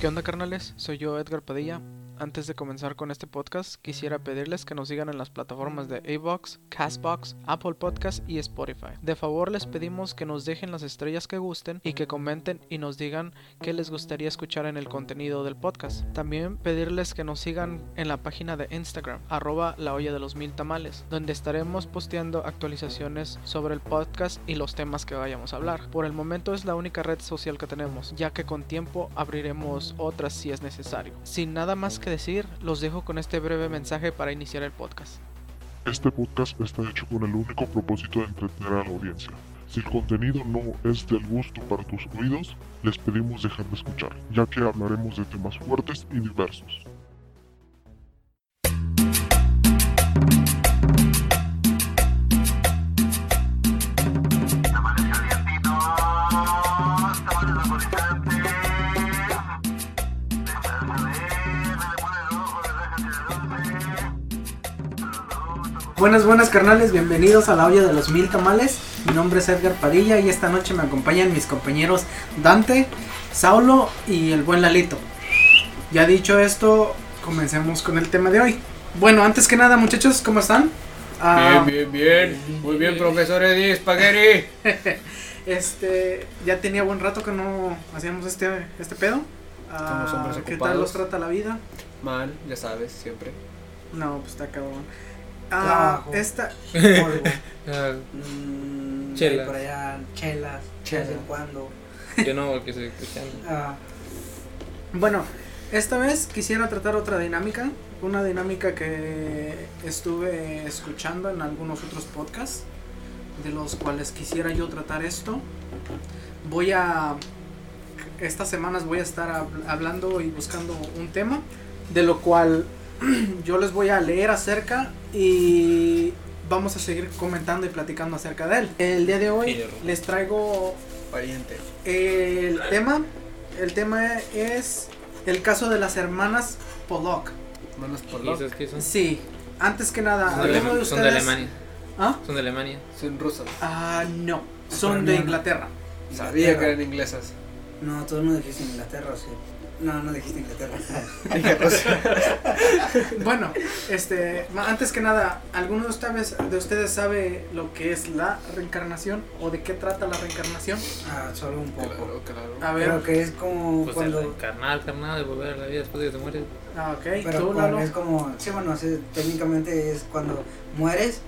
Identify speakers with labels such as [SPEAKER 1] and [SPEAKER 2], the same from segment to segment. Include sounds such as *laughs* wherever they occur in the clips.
[SPEAKER 1] ¿Qué onda carnales? Soy yo Edgar Padilla. Antes de comenzar con este podcast, quisiera pedirles que nos sigan en las plataformas de Avox, Castbox, Apple Podcast y Spotify. De favor les pedimos que nos dejen las estrellas que gusten y que comenten y nos digan qué les gustaría escuchar en el contenido del podcast. También pedirles que nos sigan en la página de Instagram, arroba la olla de los mil tamales, donde estaremos posteando actualizaciones sobre el podcast y los temas que vayamos a hablar. Por el momento es la única red social que tenemos, ya que con tiempo abriremos otras si es necesario. Sin nada más que decir, los dejo con este breve mensaje para iniciar el podcast.
[SPEAKER 2] Este podcast está hecho con el único propósito de entretener a la audiencia. Si el contenido no es del gusto para tus oídos, les pedimos dejar de escuchar, ya que hablaremos de temas fuertes y diversos.
[SPEAKER 3] Tamales calientitos, tamales saborizantes. Estás a ver, no le pones rojo, relájate de dulce.
[SPEAKER 4] Buenas, buenas carnales, bienvenidos a la olla de los mil tamales. Mi nombre es Edgar Padilla y esta noche me acompañan mis compañeros Dante, Saulo y el buen Lalito. Ya dicho esto, comencemos con el tema de hoy. Bueno, antes que nada, muchachos, ¿cómo están? Ah,
[SPEAKER 5] Bien, bien, bien. Muy bien, profesor Eddie Spaghetti.
[SPEAKER 4] Este, ya tenía buen rato que no hacíamos este, este pedo. Ah,
[SPEAKER 5] Somos hombres
[SPEAKER 4] ¿Qué tal
[SPEAKER 5] ocupados.
[SPEAKER 4] los trata la vida?
[SPEAKER 5] Mal, ya sabes, siempre.
[SPEAKER 4] No, pues está cabrón. Ah,
[SPEAKER 6] Trabajo.
[SPEAKER 4] esta,
[SPEAKER 6] polvo. Ah,
[SPEAKER 7] Mm,
[SPEAKER 6] Chelas.
[SPEAKER 7] Por allá, chelas,
[SPEAKER 6] Chelas.
[SPEAKER 7] de vez en cuando.
[SPEAKER 6] Yo no, porque soy cristiano.
[SPEAKER 7] Ah,
[SPEAKER 4] Bueno, esta vez quisiera tratar otra dinámica, una dinámica que estuve escuchando en algunos otros podcasts, de los cuales quisiera yo tratar esto. Voy a, estas semanas voy a estar hab- hablando y buscando un tema, de lo cual *clears throat* yo les voy a leer acerca y vamos a seguir comentando y platicando acerca de él. El día de hoy
[SPEAKER 6] Fierro.
[SPEAKER 4] les traigo
[SPEAKER 5] Pariente.
[SPEAKER 4] el tema, el tema es el caso de las hermanas Pollock.
[SPEAKER 5] Manos por
[SPEAKER 6] ¿Y
[SPEAKER 5] los.
[SPEAKER 6] esos qué son?
[SPEAKER 4] Sí, antes que nada,
[SPEAKER 6] Mm. Son de,
[SPEAKER 4] hablemos de
[SPEAKER 6] Alema- son de
[SPEAKER 4] ustedes.
[SPEAKER 6] Alemania.
[SPEAKER 4] ¿Ah?
[SPEAKER 6] Son de Alemania.
[SPEAKER 5] Son rusas.
[SPEAKER 4] Ah, no, son de Inglaterra.
[SPEAKER 5] Sabía que eran inglesas.
[SPEAKER 7] no, tú no dijiste Inglaterra, sí. No, no dijiste
[SPEAKER 6] *laughs*
[SPEAKER 7] Inglaterra.
[SPEAKER 5] Dije rusa.
[SPEAKER 4] Bueno, este, ma- antes que nada, ¿alguno de ustedes, de ustedes sabe lo que es la reencarnación o de qué trata la reencarnación?
[SPEAKER 7] Ah, solo un poco.
[SPEAKER 5] Claro, claro.
[SPEAKER 4] A ver,
[SPEAKER 7] Pero que es como
[SPEAKER 6] Pues
[SPEAKER 7] cuando.
[SPEAKER 6] el carnal, carnal, de volver a la vida después de que te mueres.
[SPEAKER 4] ah, ok,
[SPEAKER 7] Pero
[SPEAKER 4] tú,
[SPEAKER 7] cuando
[SPEAKER 4] Lalo.
[SPEAKER 7] es como. Sí, bueno, sí, técnicamente es cuando mueres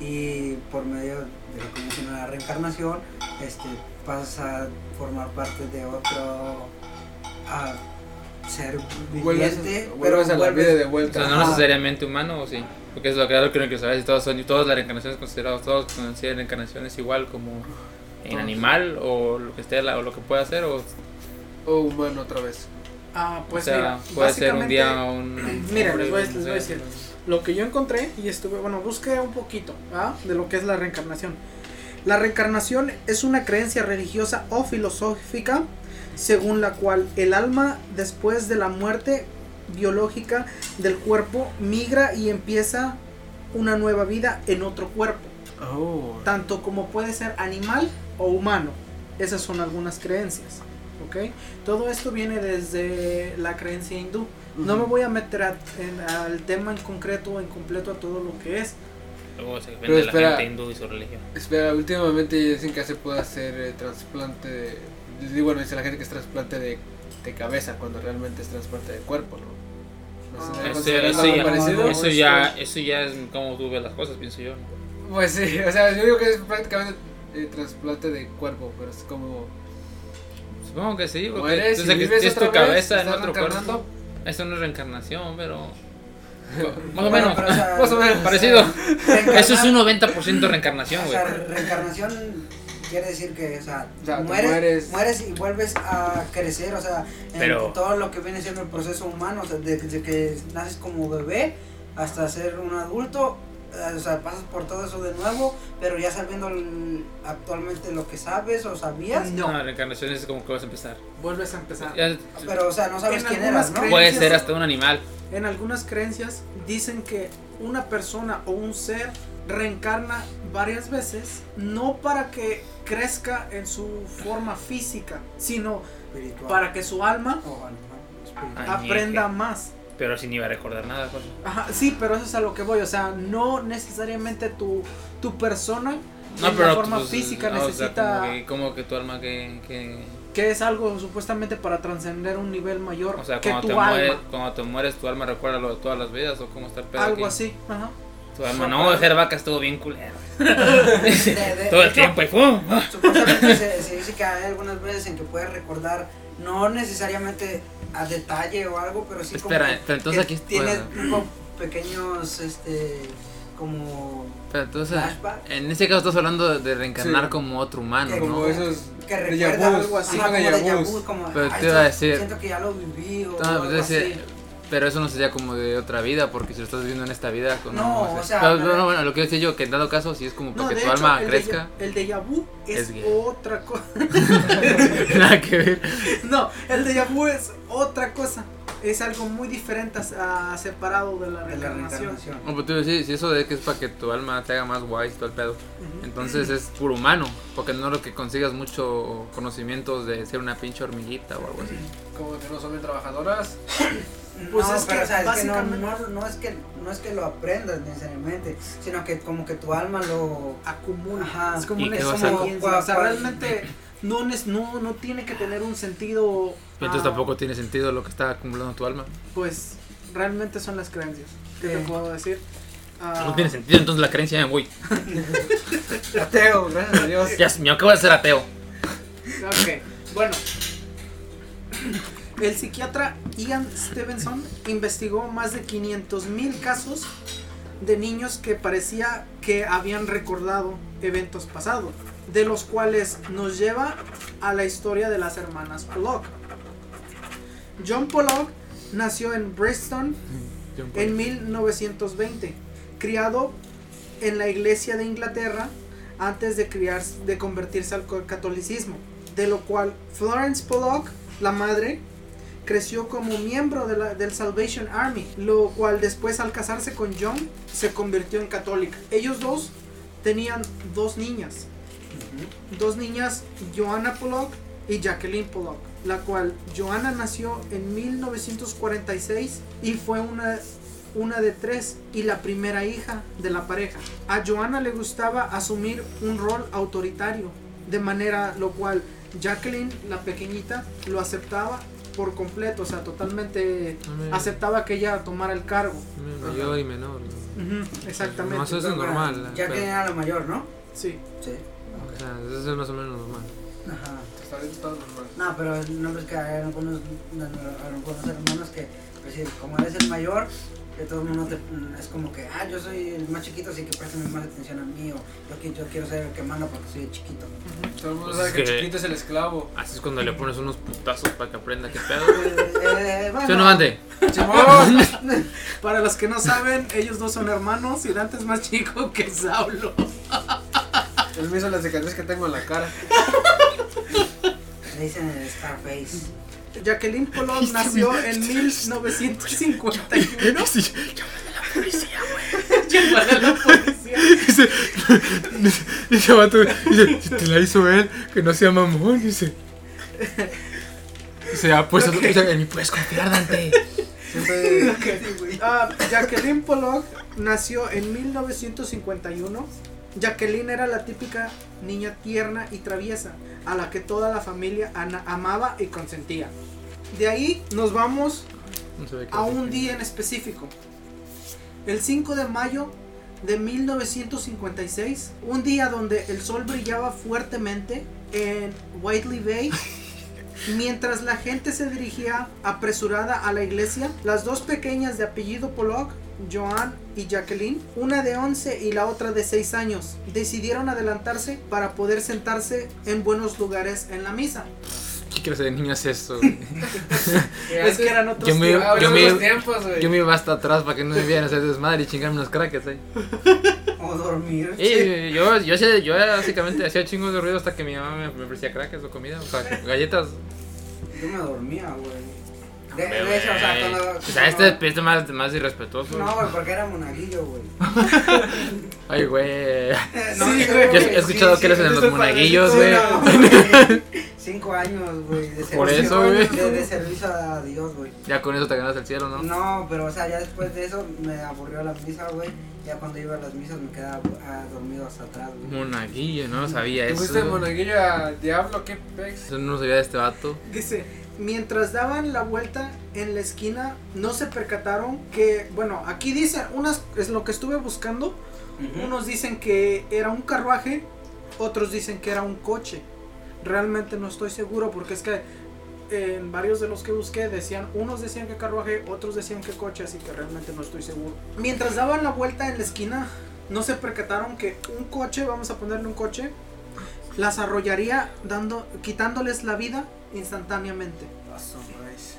[SPEAKER 7] y por medio de lo que menciona la reencarnación, este, pasas a formar parte de otro. ah, ser viviente.
[SPEAKER 5] Vuelves,
[SPEAKER 7] pero
[SPEAKER 5] vuelves a la
[SPEAKER 7] vuelves-
[SPEAKER 5] vida de
[SPEAKER 6] O sea,
[SPEAKER 5] vuelta.
[SPEAKER 6] no
[SPEAKER 7] Ajá.
[SPEAKER 6] necesariamente humano, ¿o sí? Porque es lo que claro, creo que sabes. Todas, son, todas las reencarnaciones consideradas, todas consideran reencarnaciones igual como en animal o lo que esté la- o lo que pueda hacer. O,
[SPEAKER 5] O Oh, humano otra vez.
[SPEAKER 4] Ah, pues
[SPEAKER 6] o sea,
[SPEAKER 4] mira,
[SPEAKER 6] puede ser un
[SPEAKER 4] básicamente-
[SPEAKER 6] día un.
[SPEAKER 4] Mira,
[SPEAKER 6] hombre,
[SPEAKER 4] les voy a-
[SPEAKER 6] un-
[SPEAKER 4] les voy a decir. lo que yo encontré y estuve, bueno, busqué un poquito ¿ah? de lo que es la reencarnación. La reencarnación es una creencia religiosa o filosófica según la cual el alma después de la muerte biológica del cuerpo migra y empieza una nueva vida en otro cuerpo,
[SPEAKER 5] Oh.
[SPEAKER 4] tanto como puede ser animal o humano. Esas son algunas creencias. ¿ok? Todo esto viene desde la creencia hindú. No me voy a meter a- en- al tema en concreto, en completo a todo lo que es.
[SPEAKER 6] Luego se
[SPEAKER 5] Pero
[SPEAKER 6] vende la
[SPEAKER 5] espera.
[SPEAKER 6] gente hindú y su religión.
[SPEAKER 5] Espera, últimamente dicen que se puede hacer eh, trasplante de. digo, Bueno, dice la gente que es trasplante de, de cabeza cuando realmente es trasplante de cuerpo, ¿no? No
[SPEAKER 4] Ah,
[SPEAKER 5] ¿no
[SPEAKER 6] Eso,
[SPEAKER 5] consideran
[SPEAKER 6] eso
[SPEAKER 5] algo
[SPEAKER 6] ya,
[SPEAKER 5] parecido?
[SPEAKER 6] eso ya, eso ya es como tú ves las cosas, pienso yo. ¿no?
[SPEAKER 5] Pues sí, o sea, yo digo que es prácticamente eh, trasplante de cuerpo, pero es como.
[SPEAKER 6] Supongo que sí, porque
[SPEAKER 5] Mueres y
[SPEAKER 6] desde que
[SPEAKER 5] vives
[SPEAKER 6] es tu
[SPEAKER 5] otra vez,
[SPEAKER 6] cabeza en
[SPEAKER 5] estás
[SPEAKER 6] otro
[SPEAKER 5] reencarnando.
[SPEAKER 6] cuerpo. Eso no es reencarnación, pero. Más
[SPEAKER 7] Bueno,
[SPEAKER 6] o menos.
[SPEAKER 7] *laughs* pero, o sea,
[SPEAKER 5] Más o menos,
[SPEAKER 6] Parecido.
[SPEAKER 7] reencarnar-
[SPEAKER 6] Eso es un 90% reencarnación,
[SPEAKER 7] O
[SPEAKER 6] güey.
[SPEAKER 7] sea, reencarnación quiere decir que, o sea,
[SPEAKER 5] O sea, te
[SPEAKER 7] mueres,
[SPEAKER 5] mueres.
[SPEAKER 7] mueres. y vuelves a crecer, o sea, en
[SPEAKER 6] Pero-
[SPEAKER 7] todo lo que viene siendo el proceso humano, o sea, desde que naces como bebé hasta ser un adulto, eh, o sea, pasas por todo eso de nuevo, pero ya sabiendo el- actualmente lo que sabes o sabías,
[SPEAKER 6] No, reencarnación es como que vas a empezar.
[SPEAKER 4] Vuelves a
[SPEAKER 8] Ah.
[SPEAKER 4] empezar.
[SPEAKER 6] Ya-
[SPEAKER 7] pero, o sea, no sabes
[SPEAKER 4] En
[SPEAKER 7] quién
[SPEAKER 4] algunas
[SPEAKER 7] eras, ¿no?
[SPEAKER 4] creencias-
[SPEAKER 6] puede ser hasta un animal.
[SPEAKER 4] En algunas creencias dicen que una persona o un ser reencarna varias veces, no para que crezca en su forma física, sino
[SPEAKER 7] Espiritual.
[SPEAKER 4] para que su alma
[SPEAKER 7] O, ¿no?
[SPEAKER 6] *laughs*
[SPEAKER 7] espiritual.
[SPEAKER 6] Añeje.
[SPEAKER 8] aprenda más.
[SPEAKER 6] Pero si ni iba a recordar nada, pues.
[SPEAKER 8] Ajá, sí, pero eso es a lo que voy. O sea, no necesariamente tu, tu persona
[SPEAKER 6] No,
[SPEAKER 8] en
[SPEAKER 6] pero.
[SPEAKER 8] la forma
[SPEAKER 6] pues,
[SPEAKER 8] física
[SPEAKER 6] no, o sea,
[SPEAKER 8] necesita
[SPEAKER 6] como, que, como que tu alma que. que-
[SPEAKER 8] que es algo supuestamente para trascender un nivel mayor
[SPEAKER 6] o sea,
[SPEAKER 8] que
[SPEAKER 6] cuando
[SPEAKER 8] tu
[SPEAKER 6] te,
[SPEAKER 8] alma.
[SPEAKER 6] mueres, cuando te mueres, tu alma recuerda lo de todas las vidas o cómo está el pedo.
[SPEAKER 8] algo
[SPEAKER 6] aquí.
[SPEAKER 8] así. Ajá.
[SPEAKER 6] Tu alma, no, ser vaca estuvo bien culero.
[SPEAKER 7] De- de-
[SPEAKER 6] Todo
[SPEAKER 7] de
[SPEAKER 6] el
[SPEAKER 7] hecho,
[SPEAKER 6] tiempo y ¡pum! ¡Ah!
[SPEAKER 7] Supuestamente se, se dice que hay algunas veces en que puedes recordar, no necesariamente a detalle o algo, pero sí
[SPEAKER 6] Espera,
[SPEAKER 7] como. que-
[SPEAKER 6] pero entonces
[SPEAKER 7] que
[SPEAKER 6] aquí-
[SPEAKER 7] Tienes
[SPEAKER 6] bueno.
[SPEAKER 7] como pequeños, este. Como.
[SPEAKER 6] Pero entonces,
[SPEAKER 7] Flashback.
[SPEAKER 6] en este caso estás hablando de reencarnar
[SPEAKER 5] Sí.
[SPEAKER 6] como otro humano,
[SPEAKER 7] Que
[SPEAKER 5] Como
[SPEAKER 6] ¿no?
[SPEAKER 5] esos.
[SPEAKER 7] Que
[SPEAKER 5] déjà
[SPEAKER 7] recuerda
[SPEAKER 5] vus,
[SPEAKER 7] algo así,
[SPEAKER 5] ajá,
[SPEAKER 7] como
[SPEAKER 5] déjà
[SPEAKER 7] déjà
[SPEAKER 5] vus.
[SPEAKER 7] vu, como.
[SPEAKER 6] Pero
[SPEAKER 7] "Ah,
[SPEAKER 6] te iba a
[SPEAKER 7] esto
[SPEAKER 6] decir-
[SPEAKER 7] Siento que ya lo viví o.
[SPEAKER 6] No,
[SPEAKER 7] algo
[SPEAKER 6] pues, ese-
[SPEAKER 7] así.
[SPEAKER 6] pero eso no sería como de otra vida, porque si lo estás viviendo en esta vida. Con
[SPEAKER 7] No, o sea,
[SPEAKER 6] Pero,
[SPEAKER 7] no,
[SPEAKER 6] no, no, bueno, lo que decía yo, que en dado caso, si es como para
[SPEAKER 8] No,
[SPEAKER 6] que
[SPEAKER 8] de
[SPEAKER 6] tu
[SPEAKER 8] hecho,
[SPEAKER 6] alma
[SPEAKER 8] el
[SPEAKER 6] crezca,
[SPEAKER 8] déjà- el déjà vu es,
[SPEAKER 6] es gay.
[SPEAKER 8] otra cosa.
[SPEAKER 6] *laughs* nada que ver.
[SPEAKER 8] *laughs* No, el déjà vu es otra cosa. Es algo muy diferente a, a separado de la
[SPEAKER 7] De la
[SPEAKER 8] reencarnación.
[SPEAKER 7] reencarnación.
[SPEAKER 6] No, pues tú decís, si eso de que es para que tu alma te haga más guay y todo el pedo.
[SPEAKER 8] Ujú.
[SPEAKER 6] Entonces es puro humano, porque no es lo que consigas mucho conocimientos de ser una pinche hormiguita o algo así.
[SPEAKER 5] Como que no son bien trabajadoras.
[SPEAKER 8] Pues
[SPEAKER 7] no,
[SPEAKER 8] es
[SPEAKER 7] pero,
[SPEAKER 8] que
[SPEAKER 7] o sea, es que no,
[SPEAKER 8] básicamente-
[SPEAKER 7] no- no es que no es que lo aprendas necesariamente, sino que como que tu alma lo
[SPEAKER 8] acumula.
[SPEAKER 7] Ajá.
[SPEAKER 8] Es como
[SPEAKER 6] ¿Y
[SPEAKER 8] una
[SPEAKER 6] qué vas a-
[SPEAKER 8] experiencia. *laughs* O sea,
[SPEAKER 7] Guau,
[SPEAKER 8] realmente no, nes- no, no tiene que tener un sentido.
[SPEAKER 6] Y entonces
[SPEAKER 8] ah,
[SPEAKER 6] tampoco tiene sentido lo que está acumulando tu alma.
[SPEAKER 8] Pues realmente son las creencias. ¿Qué te
[SPEAKER 7] Sí.
[SPEAKER 8] puedo decir? Ah,
[SPEAKER 6] No tiene sentido, entonces la creencia me voy.
[SPEAKER 5] Ateo, gracias a Dios.
[SPEAKER 6] Ya, me acabo de ser ateo.
[SPEAKER 8] Ok, bueno. El psiquiatra Ian Stevenson investigó más de 500.000 casos de niños que parecía que habían recordado eventos pasados, de los cuales nos lleva a la historia de las hermanas Pollock. John Pollock nació en Bristol en 1920, criado en la iglesia de Inglaterra antes de, criar- de convertirse al co- catolicismo, de lo cual Florence Pollock, la madre, creció como miembro de la- del Salvation Army, lo cual después al casarse con John se convirtió en católica. Ellos dos tenían dos niñas, dos niñas, Joanna Pollock y Jacqueline Pollock, la cual Joanna nació en 1946 y fue una, una de tres y la primera hija de la pareja. A Joanna le gustaba asumir un rol autoritario, de manera lo cual Jacqueline, la pequeñita, lo aceptaba por completo, o sea, totalmente aceptaba que ella tomara el cargo.
[SPEAKER 6] Mayor y menor.
[SPEAKER 8] Ujú, exactamente.
[SPEAKER 6] No, eso es
[SPEAKER 7] Pero,
[SPEAKER 6] normal,
[SPEAKER 7] Ya
[SPEAKER 6] pero-
[SPEAKER 7] que era lo mayor, ¿no?
[SPEAKER 8] Sí.
[SPEAKER 7] Sí.
[SPEAKER 6] O sea, eso es más o menos normal.
[SPEAKER 7] Ajá.
[SPEAKER 5] Hasta ahorita todo normal.
[SPEAKER 7] No, pero no ves que hay algunos, algunos hermanos que, pues sí, como eres el mayor, que todo el mundo te- es como que, ah, yo soy el más chiquito, así que préstame más atención a mí, o yo, qui- yo quiero ser el que manda porque soy el
[SPEAKER 6] *laughs*
[SPEAKER 7] chiquito. Eh,
[SPEAKER 5] Todo el mundo
[SPEAKER 6] Pues
[SPEAKER 5] sabe
[SPEAKER 6] es
[SPEAKER 5] que,
[SPEAKER 6] que-
[SPEAKER 5] Chiquito es el esclavo.
[SPEAKER 6] Así es cuando le pones unos putazos para que aprenda qué pedo. *laughs*
[SPEAKER 7] Eh, eh, bueno,
[SPEAKER 6] Yo no ande.
[SPEAKER 5] ¡Chimón!
[SPEAKER 8] Para los que no saben, ellos dos son hermanos y Dante es más chico que Saulo.
[SPEAKER 5] Él me hizo las cicatrices que tengo en la cara.
[SPEAKER 7] Le dicen el Starface.
[SPEAKER 8] Jacqueline Pollock nació en 1951. Llamada a la policía.
[SPEAKER 6] *laughs* Dice, *laughs* dice, vato, dice, si te la hizo él, que no sea mamón, dice. Dice, ah, pues,
[SPEAKER 8] Ok.
[SPEAKER 6] dice, en mí puedes confiar, Dante.
[SPEAKER 5] Siempre.
[SPEAKER 8] Ah, Jacqueline Pollock nació en 1951. Jacqueline era la típica niña tierna y traviesa, a la que toda la familia ana- amaba y consentía. De ahí nos vamos
[SPEAKER 6] No se ve que-
[SPEAKER 8] a un día en específico. El 5 de mayo de 1956, un día donde el sol brillaba fuertemente en
[SPEAKER 6] *laughs*
[SPEAKER 8] Whiteley Bay, mientras la gente se dirigía apresurada a la iglesia, las dos pequeñas de apellido Pollock, Joan y Jacqueline, una de 11 y la otra de 6 años, decidieron adelantarse para poder sentarse en buenos lugares en la misa.
[SPEAKER 6] ¿Qué crees de niño es eso? güey?
[SPEAKER 8] Es que eran otros
[SPEAKER 6] Yo me-
[SPEAKER 8] tiempos.
[SPEAKER 5] Ah,
[SPEAKER 6] yo
[SPEAKER 5] eran
[SPEAKER 6] me-
[SPEAKER 5] otros tiempos, güey.
[SPEAKER 6] Yo me iba hasta atrás para que no me vieran hacer desmadre y chingarme unos crackers ahí.
[SPEAKER 7] O dormir.
[SPEAKER 6] Y yo, yo, hacía- yo era básicamente hacía chingos de ruido hasta que mi mamá me, me ofrecía crackers o comida, o sea, galletas.
[SPEAKER 7] Yo me dormía, güey. De, de hecho, o sea, cuando.
[SPEAKER 6] O sea, este es este más, más irrespetuoso.
[SPEAKER 7] No, güey, porque era monaguillo, güey. *laughs*
[SPEAKER 6] Ay, güey.
[SPEAKER 7] Eh, no,
[SPEAKER 8] Sí,
[SPEAKER 7] yo
[SPEAKER 8] güey.
[SPEAKER 6] Yo he escuchado que eres en los
[SPEAKER 8] estoy
[SPEAKER 6] monaguillos, güey.
[SPEAKER 8] padrecito,
[SPEAKER 7] *laughs* Cinco años, güey, de servicio.
[SPEAKER 6] Por eso, güey.
[SPEAKER 7] De, de servicio a Dios, güey.
[SPEAKER 6] Ya con eso te ganas el cielo, ¿no?
[SPEAKER 7] No, pero o sea, ya después de eso me aburrió la misa, güey. Ya cuando iba a las misas me quedaba ah, dormido hasta atrás, güey.
[SPEAKER 6] Monaguillo, no sabía
[SPEAKER 5] ¿Te
[SPEAKER 6] eso.
[SPEAKER 5] fuiste de monaguillo a Diablo? ¿Qué pex?
[SPEAKER 6] Eso no sabía de este vato.
[SPEAKER 8] Dice, mientras daban la vuelta en la esquina, no se percataron que, bueno, aquí dicen, unas, es lo que estuve buscando, unos dicen que era un carruaje, otros dicen que era un coche. Realmente no estoy seguro porque es que eh, en varios de los que busqué decían, unos decían que carruaje, otros decían que coche, así que realmente no estoy seguro. Mientras daban la vuelta en la esquina, no se percataron que un coche, vamos a ponerle un coche, las arrollaría dando, quitándoles la vida instantáneamente.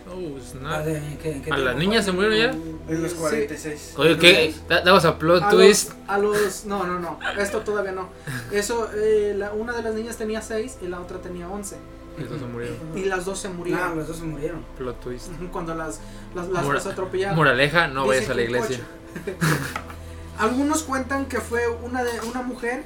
[SPEAKER 6] Oh,
[SPEAKER 7] Ah,
[SPEAKER 6] snap.
[SPEAKER 7] de- ¿qué- qué
[SPEAKER 6] ¿A las
[SPEAKER 7] tiempo?
[SPEAKER 6] niñas se murieron
[SPEAKER 5] En los
[SPEAKER 8] Sí.
[SPEAKER 5] 46.
[SPEAKER 6] ya? Oye, ¿qué? Da- Damos a plot
[SPEAKER 8] A
[SPEAKER 6] twist.
[SPEAKER 8] los, a los- no, no, no, esto todavía no. Eso, eh, la- una de las niñas tenía 6 y la otra tenía 11.
[SPEAKER 6] Estos se murieron.
[SPEAKER 8] Y las dos se
[SPEAKER 7] No,
[SPEAKER 8] murieron.
[SPEAKER 7] los dos se murieron.
[SPEAKER 6] Plot twist.
[SPEAKER 8] Ujú, Cuando las, las, las,
[SPEAKER 6] Mora-
[SPEAKER 8] las atropellaron.
[SPEAKER 6] Moraleja, no
[SPEAKER 8] Dice
[SPEAKER 6] vayas a la
[SPEAKER 8] que un
[SPEAKER 6] iglesia.
[SPEAKER 8] Algunos cuentan que fue una, de, una mujer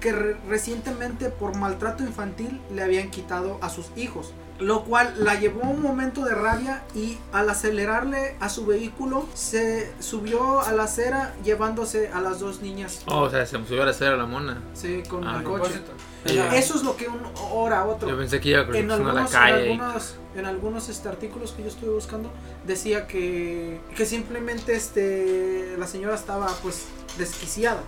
[SPEAKER 8] que re- recientemente por maltrato infantil le habían quitado a sus hijos, lo cual la llevó a un momento de rabia y al acelerarle a su vehículo se subió a la acera llevándose a las dos niñas
[SPEAKER 6] Oh, o sea, se subió a la cera la mona.
[SPEAKER 8] sí, con
[SPEAKER 6] Ah,
[SPEAKER 8] el
[SPEAKER 6] no.
[SPEAKER 8] coche.
[SPEAKER 5] Propósito.
[SPEAKER 7] Ya.
[SPEAKER 8] Eso es lo que un ora a otro
[SPEAKER 6] Yo pensé que iba con
[SPEAKER 8] en
[SPEAKER 6] a la
[SPEAKER 8] algunos, en
[SPEAKER 6] calle. y-
[SPEAKER 8] algunos, en algunos, este, artículos que yo estuve buscando decía que, que simplemente este, la señora estaba pues desquiciada.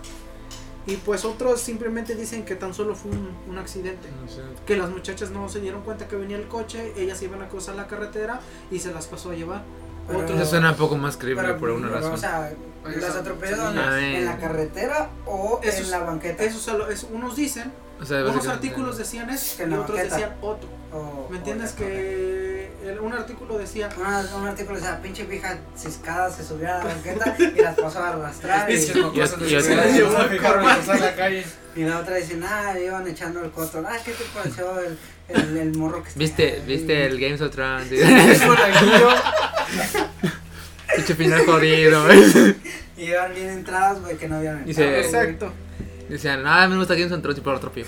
[SPEAKER 8] Y pues otros simplemente dicen que tan solo fue un, un accidente.
[SPEAKER 6] No sé.
[SPEAKER 8] Que las muchachas no se dieron cuenta que venía el coche, ellas iban a cruzar la carretera y se las pasó a llevar.
[SPEAKER 7] Pero-
[SPEAKER 8] Otros-
[SPEAKER 6] Eso Oh, suena un poco más creíble
[SPEAKER 7] Pero,
[SPEAKER 6] por alguna
[SPEAKER 7] pero,
[SPEAKER 6] razón. Ah, eh.
[SPEAKER 7] O sea,
[SPEAKER 5] Oye,
[SPEAKER 7] las
[SPEAKER 5] son-
[SPEAKER 7] atropellaron
[SPEAKER 5] son
[SPEAKER 6] niñas.
[SPEAKER 7] en la carretera o
[SPEAKER 8] Eso
[SPEAKER 7] en
[SPEAKER 8] es-
[SPEAKER 7] la banqueta.
[SPEAKER 8] Eso se lo- eso- unos dicen,
[SPEAKER 6] O sea,
[SPEAKER 8] unos
[SPEAKER 6] básicamente-
[SPEAKER 8] artículos decían eso
[SPEAKER 7] Que en
[SPEAKER 8] y
[SPEAKER 7] la
[SPEAKER 8] otros
[SPEAKER 7] banqueta.
[SPEAKER 8] decían otro.
[SPEAKER 7] O-
[SPEAKER 8] ¿Me
[SPEAKER 7] o-
[SPEAKER 8] entiendes?
[SPEAKER 7] ok.
[SPEAKER 8] Que el- un artículo decía
[SPEAKER 7] Una- un artículo decía, pinche vieja ciscada se subió a la banqueta y
[SPEAKER 8] *laughs*
[SPEAKER 7] las pasó a arrastrar.
[SPEAKER 5] Pinches
[SPEAKER 7] y,
[SPEAKER 5] mocosos
[SPEAKER 6] yo-
[SPEAKER 5] de
[SPEAKER 6] yo-
[SPEAKER 5] ciudad,
[SPEAKER 6] yo-
[SPEAKER 5] se van a fijar en cruzar la calle.
[SPEAKER 7] y la otra dice, ah, iban echando el coto. Ah, ¿qué te pareció el, el, el morro que está
[SPEAKER 6] ¿Viste,
[SPEAKER 7] ahí?"
[SPEAKER 6] ¿Viste el Games of Thrones?
[SPEAKER 5] Es monaguillo.
[SPEAKER 6] *laughs* Pinche final jodido. *laughs*
[SPEAKER 7] Y iban bien entradas, güey, que no habían
[SPEAKER 6] Dice-
[SPEAKER 7] entrado, güey.
[SPEAKER 8] Exacto.
[SPEAKER 6] Decían, ah, me gusta Games of Thrones y por otro pie.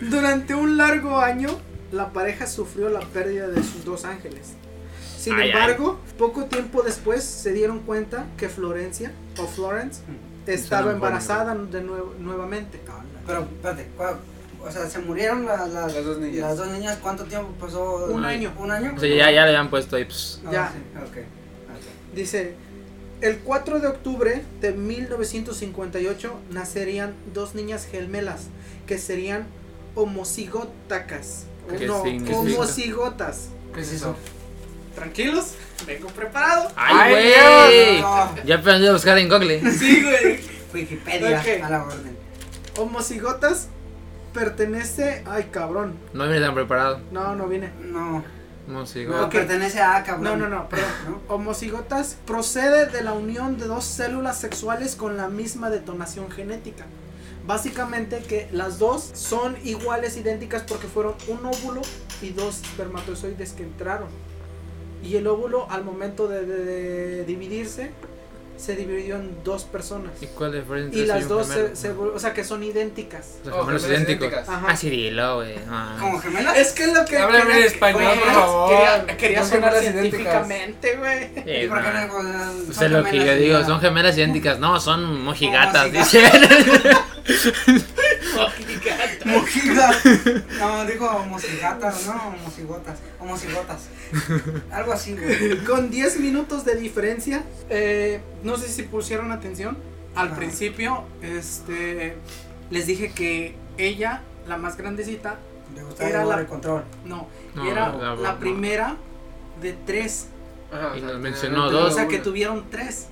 [SPEAKER 8] Durante un largo año, la pareja sufrió la pérdida de sus dos ángeles. Sin
[SPEAKER 6] Ay, ay.
[SPEAKER 8] embargo, poco tiempo después se dieron cuenta que Florencia o Florence
[SPEAKER 6] Mm. Suena
[SPEAKER 8] estaba
[SPEAKER 6] un
[SPEAKER 8] embarazada de nuevo, nuevamente.
[SPEAKER 7] Pero, espérate, ¿cuál- o sea, se murieron la- la-
[SPEAKER 5] Las dos niñas.
[SPEAKER 7] las dos niñas, ¿cuánto tiempo pasó?
[SPEAKER 8] Un año.
[SPEAKER 7] ¿Un año?
[SPEAKER 6] O sea, ya, ya le habían puesto ahí, pues.
[SPEAKER 7] Ah,
[SPEAKER 8] Ya.
[SPEAKER 7] sí, ok, ok.
[SPEAKER 8] Dice, el 4 de octubre de 1958 nacerían dos niñas gemelas que serían homocigotacas.
[SPEAKER 6] ¿Qué
[SPEAKER 8] No,
[SPEAKER 6] significa?
[SPEAKER 8] homocigotas.
[SPEAKER 5] ¿Qué es eso?
[SPEAKER 8] Tranquilos, vengo preparado.
[SPEAKER 6] ¡Ay, güey!
[SPEAKER 7] No,
[SPEAKER 6] Ya aprendí a buscar en Google.
[SPEAKER 8] Sí, güey.
[SPEAKER 7] Wikipedia
[SPEAKER 8] Ok.
[SPEAKER 7] a la orden.
[SPEAKER 8] Homocigotas pertenece. Ay, cabrón.
[SPEAKER 6] No viene tan preparado.
[SPEAKER 8] No, no viene.
[SPEAKER 7] No,
[SPEAKER 6] No, sí, güey.
[SPEAKER 7] no
[SPEAKER 8] Ok.
[SPEAKER 7] pertenece a cabrón.
[SPEAKER 8] No, no, no, perdón.
[SPEAKER 7] ¿No?
[SPEAKER 8] Homocigotas procede de la unión de dos células sexuales con la misma detonación genética. Básicamente que las dos son iguales, idénticas, porque fueron un óvulo y dos espermatozoides que entraron. Y el óvulo, al momento de, de- de dividirse, se dividió en dos personas.
[SPEAKER 6] ¿Y cuál es la diferencia entre
[SPEAKER 8] Y
[SPEAKER 6] eso
[SPEAKER 8] las
[SPEAKER 6] un
[SPEAKER 8] dos, se,
[SPEAKER 6] gemelo?
[SPEAKER 8] se- o sea, que son idénticas.
[SPEAKER 6] Los
[SPEAKER 5] Oh,
[SPEAKER 6] gemelos
[SPEAKER 5] gemelas
[SPEAKER 6] idénticos.
[SPEAKER 5] idénticas.
[SPEAKER 8] Ajá.
[SPEAKER 6] Ah, sí, dilo, güey. Ah.
[SPEAKER 7] ¿Como gemelas?
[SPEAKER 8] Es que es lo que.
[SPEAKER 5] Háblame
[SPEAKER 8] quería-
[SPEAKER 5] en español, por
[SPEAKER 8] quería-
[SPEAKER 5] favor.
[SPEAKER 8] Quería, quería
[SPEAKER 5] No
[SPEAKER 8] sonar
[SPEAKER 5] gemelas idénticas.
[SPEAKER 8] científicamente, güey.
[SPEAKER 6] Sí,
[SPEAKER 7] ¿Y por qué
[SPEAKER 6] Eh, nah.
[SPEAKER 7] no con-
[SPEAKER 6] Pues
[SPEAKER 7] son
[SPEAKER 6] es lo que yo
[SPEAKER 7] gemelas y
[SPEAKER 6] digo,
[SPEAKER 7] ya? *laughs*
[SPEAKER 6] son gemelas idénticas. No, son mojigatas,
[SPEAKER 7] Mojigatas.
[SPEAKER 6] dice. *laughs*
[SPEAKER 7] Mojigas. No, digo homocigatas, no homocigotas, homocigotas. Algo así,
[SPEAKER 6] *laughs*
[SPEAKER 7] güey.
[SPEAKER 8] Con 10 minutos de diferencia, eh, no sé si pusieron atención. Al
[SPEAKER 7] Ajá.
[SPEAKER 8] principio, este, les dije que ella, la más grandecita,
[SPEAKER 7] Le gustaba
[SPEAKER 8] Era
[SPEAKER 7] llevar
[SPEAKER 8] la-
[SPEAKER 7] el control.
[SPEAKER 8] no,
[SPEAKER 6] No,
[SPEAKER 8] era
[SPEAKER 6] la-
[SPEAKER 8] la,
[SPEAKER 6] no.
[SPEAKER 8] primera de tres.
[SPEAKER 5] Ajá,
[SPEAKER 6] Y
[SPEAKER 5] o sea,
[SPEAKER 6] nos mencionó
[SPEAKER 5] tenía
[SPEAKER 6] dos.
[SPEAKER 8] o sea,
[SPEAKER 5] una.
[SPEAKER 8] que tuvieron tres.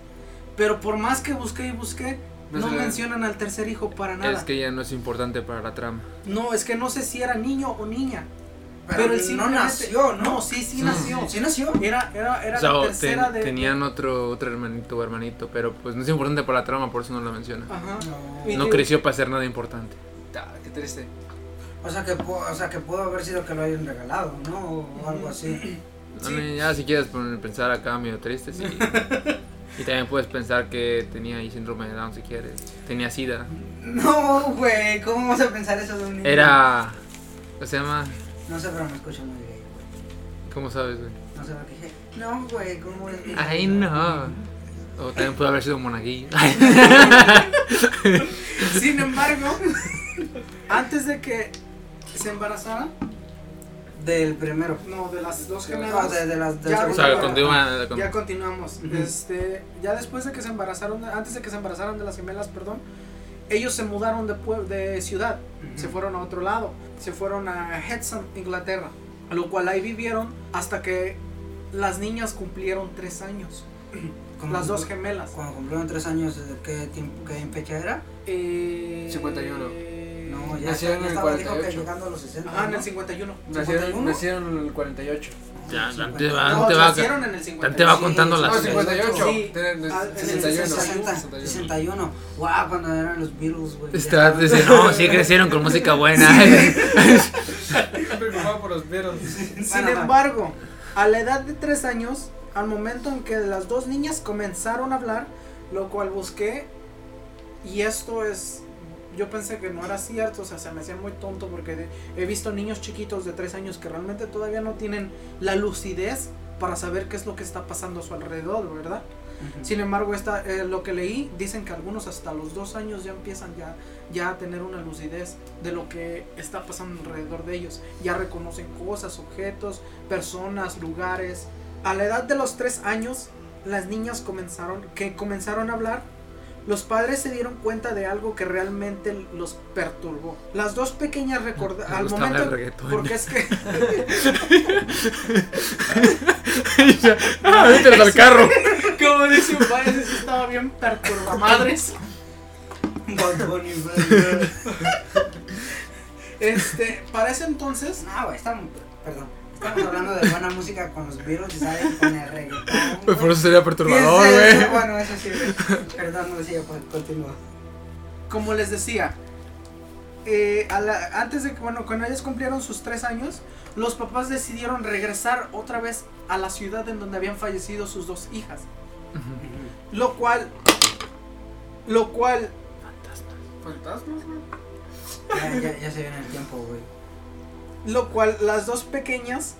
[SPEAKER 8] Pero por más que busqué y busqué,
[SPEAKER 5] No
[SPEAKER 8] no
[SPEAKER 5] se le-
[SPEAKER 8] mencionan al tercer hijo para nada.
[SPEAKER 6] Es que ya no es importante para la trama.
[SPEAKER 8] No, es que no sé si era niño o niña.
[SPEAKER 7] Pero,
[SPEAKER 8] Pero él
[SPEAKER 7] no
[SPEAKER 8] simplemente-
[SPEAKER 7] nació, ¿no?
[SPEAKER 8] No, sí, sí nació.
[SPEAKER 7] Sí nació.
[SPEAKER 8] Era, era, era
[SPEAKER 6] O sea,
[SPEAKER 8] la
[SPEAKER 6] o
[SPEAKER 8] tercera
[SPEAKER 6] ten-
[SPEAKER 8] de.
[SPEAKER 6] tenían otro, otro hermanito o hermanito, pero pues no es importante para la
[SPEAKER 8] Ah,
[SPEAKER 6] trama, por eso no lo menciona.
[SPEAKER 8] Ajá.
[SPEAKER 7] No.
[SPEAKER 8] Y-
[SPEAKER 6] No creció para ser nada importante.
[SPEAKER 5] Ah, Qué triste.
[SPEAKER 7] O sea, que, po- o sea, que pudo haber sido que lo hayan regalado, ¿no? O, o algo
[SPEAKER 8] *laughs*
[SPEAKER 7] así.
[SPEAKER 6] No, ni- Ya si quieres poner- pensar acá medio triste, sí. y también puedes pensar que tenía ahí síndrome de Down si quieres. Tenía sida.
[SPEAKER 7] No, güey, ¿cómo vas a pensar eso de un niño?
[SPEAKER 6] Era... ¿Cómo se llama?
[SPEAKER 7] No sé, pero me escucho muy gay, güey.
[SPEAKER 6] ¿Cómo sabes, güey?
[SPEAKER 7] No sé lo que dije. No, güey, ¿cómo es?
[SPEAKER 6] Ay, no. O también pudo haber sido un monaguillo. *laughs*
[SPEAKER 8] Sin embargo, antes de que se embarazara,
[SPEAKER 7] Del primero.
[SPEAKER 8] no, de las dos
[SPEAKER 7] No,
[SPEAKER 8] gemelas,
[SPEAKER 7] de, de las del
[SPEAKER 8] Ya,
[SPEAKER 6] o
[SPEAKER 7] segundo.
[SPEAKER 6] sea, cuando iba...
[SPEAKER 8] ya
[SPEAKER 6] Con...
[SPEAKER 8] continuamos. Este, ya después de que se embarazaron, antes de que se embarazaran de las gemelas, perdón, ellos se mudaron de, pue- de ciudad.
[SPEAKER 7] Ujú.
[SPEAKER 8] se fueron a otro lado, se fueron a Hudson, Inglaterra, lo cual ahí vivieron hasta que las niñas cumplieron tres años,
[SPEAKER 7] Como-
[SPEAKER 8] las dos gemelas.
[SPEAKER 7] Cuando cumplieron tres años, ¿qué, tiempo, qué fecha era?
[SPEAKER 8] Eh,
[SPEAKER 5] 51.
[SPEAKER 7] No, ya,
[SPEAKER 5] Nacieron
[SPEAKER 7] ya
[SPEAKER 5] en el
[SPEAKER 7] estaba, dijo que
[SPEAKER 5] 48.
[SPEAKER 7] llegando a los 60.
[SPEAKER 8] Ajá, ah, en
[SPEAKER 7] ¿no?
[SPEAKER 8] el 51.
[SPEAKER 5] Nacieron,
[SPEAKER 7] 51?
[SPEAKER 5] nacieron en el 48.
[SPEAKER 6] Ya,
[SPEAKER 7] Sí,
[SPEAKER 6] antes
[SPEAKER 7] güey.
[SPEAKER 6] va-
[SPEAKER 8] No,
[SPEAKER 6] te va-
[SPEAKER 8] nacieron en el 51.
[SPEAKER 6] Te va contando
[SPEAKER 5] No,
[SPEAKER 6] las...
[SPEAKER 5] 58.
[SPEAKER 8] Sí.
[SPEAKER 5] Tienen
[SPEAKER 8] Ah, en el
[SPEAKER 5] 61.
[SPEAKER 8] 60.
[SPEAKER 5] 61.
[SPEAKER 7] 61. Wow, cuando eran los Beatles, güey.
[SPEAKER 6] Está, dice, no, sí crecieron con música buena. *laughs*
[SPEAKER 5] Preocupado por los virus.
[SPEAKER 8] Sin
[SPEAKER 7] Bueno,
[SPEAKER 8] embargo, a la edad de tres años, al momento en que las dos niñas comenzaron a hablar, lo cual busqué, y esto es, yo pensé que no era cierto, o sea, se me hacía muy tonto porque de- he visto niños chiquitos de tres años que realmente todavía no tienen la lucidez para saber qué es lo que está pasando a su alrededor, ¿verdad?
[SPEAKER 7] Ujú.
[SPEAKER 8] Sin embargo, esta, eh, lo que leí, dicen que algunos hasta los dos años ya empiezan ya, ya a tener una lucidez de lo que está pasando alrededor de ellos. Ya reconocen cosas, objetos, personas, lugares. A la edad de los tres años, las niñas comenzaron, que comenzaron a hablar, los padres se dieron cuenta de algo que realmente los perturbó. Las dos pequeñas recordaron,
[SPEAKER 6] Me
[SPEAKER 8] al
[SPEAKER 6] gustaba el
[SPEAKER 8] momento,
[SPEAKER 6] reggaetón.
[SPEAKER 8] porque es que...
[SPEAKER 6] Y ya, ah, mételos al carro.
[SPEAKER 8] Como dice un padre, sí estaba bien perturbamadres.
[SPEAKER 7] Bad Bunny, güey.
[SPEAKER 8] Este, para ese entonces,
[SPEAKER 7] No, güey, estamos, perdón. Estamos hablando de buena música con los Beatles y saben con el reggaetón.
[SPEAKER 6] Pues por
[SPEAKER 7] güey.
[SPEAKER 6] eso sería perturbador, güey.
[SPEAKER 7] Eso, Bueno, eso sí, güey. Perdón, no decía, pues continúa.
[SPEAKER 8] como les decía, eh, a la- antes de que, bueno, cuando ellas cumplieron sus tres años, los papás decidieron regresar otra vez a la ciudad en donde habían fallecido sus dos hijas. Lo cual, lo cual,
[SPEAKER 5] ¿Fantasmas, güey?
[SPEAKER 7] Ya, ya, ya se viene el tiempo, güey.
[SPEAKER 8] lo cual las dos pequeñas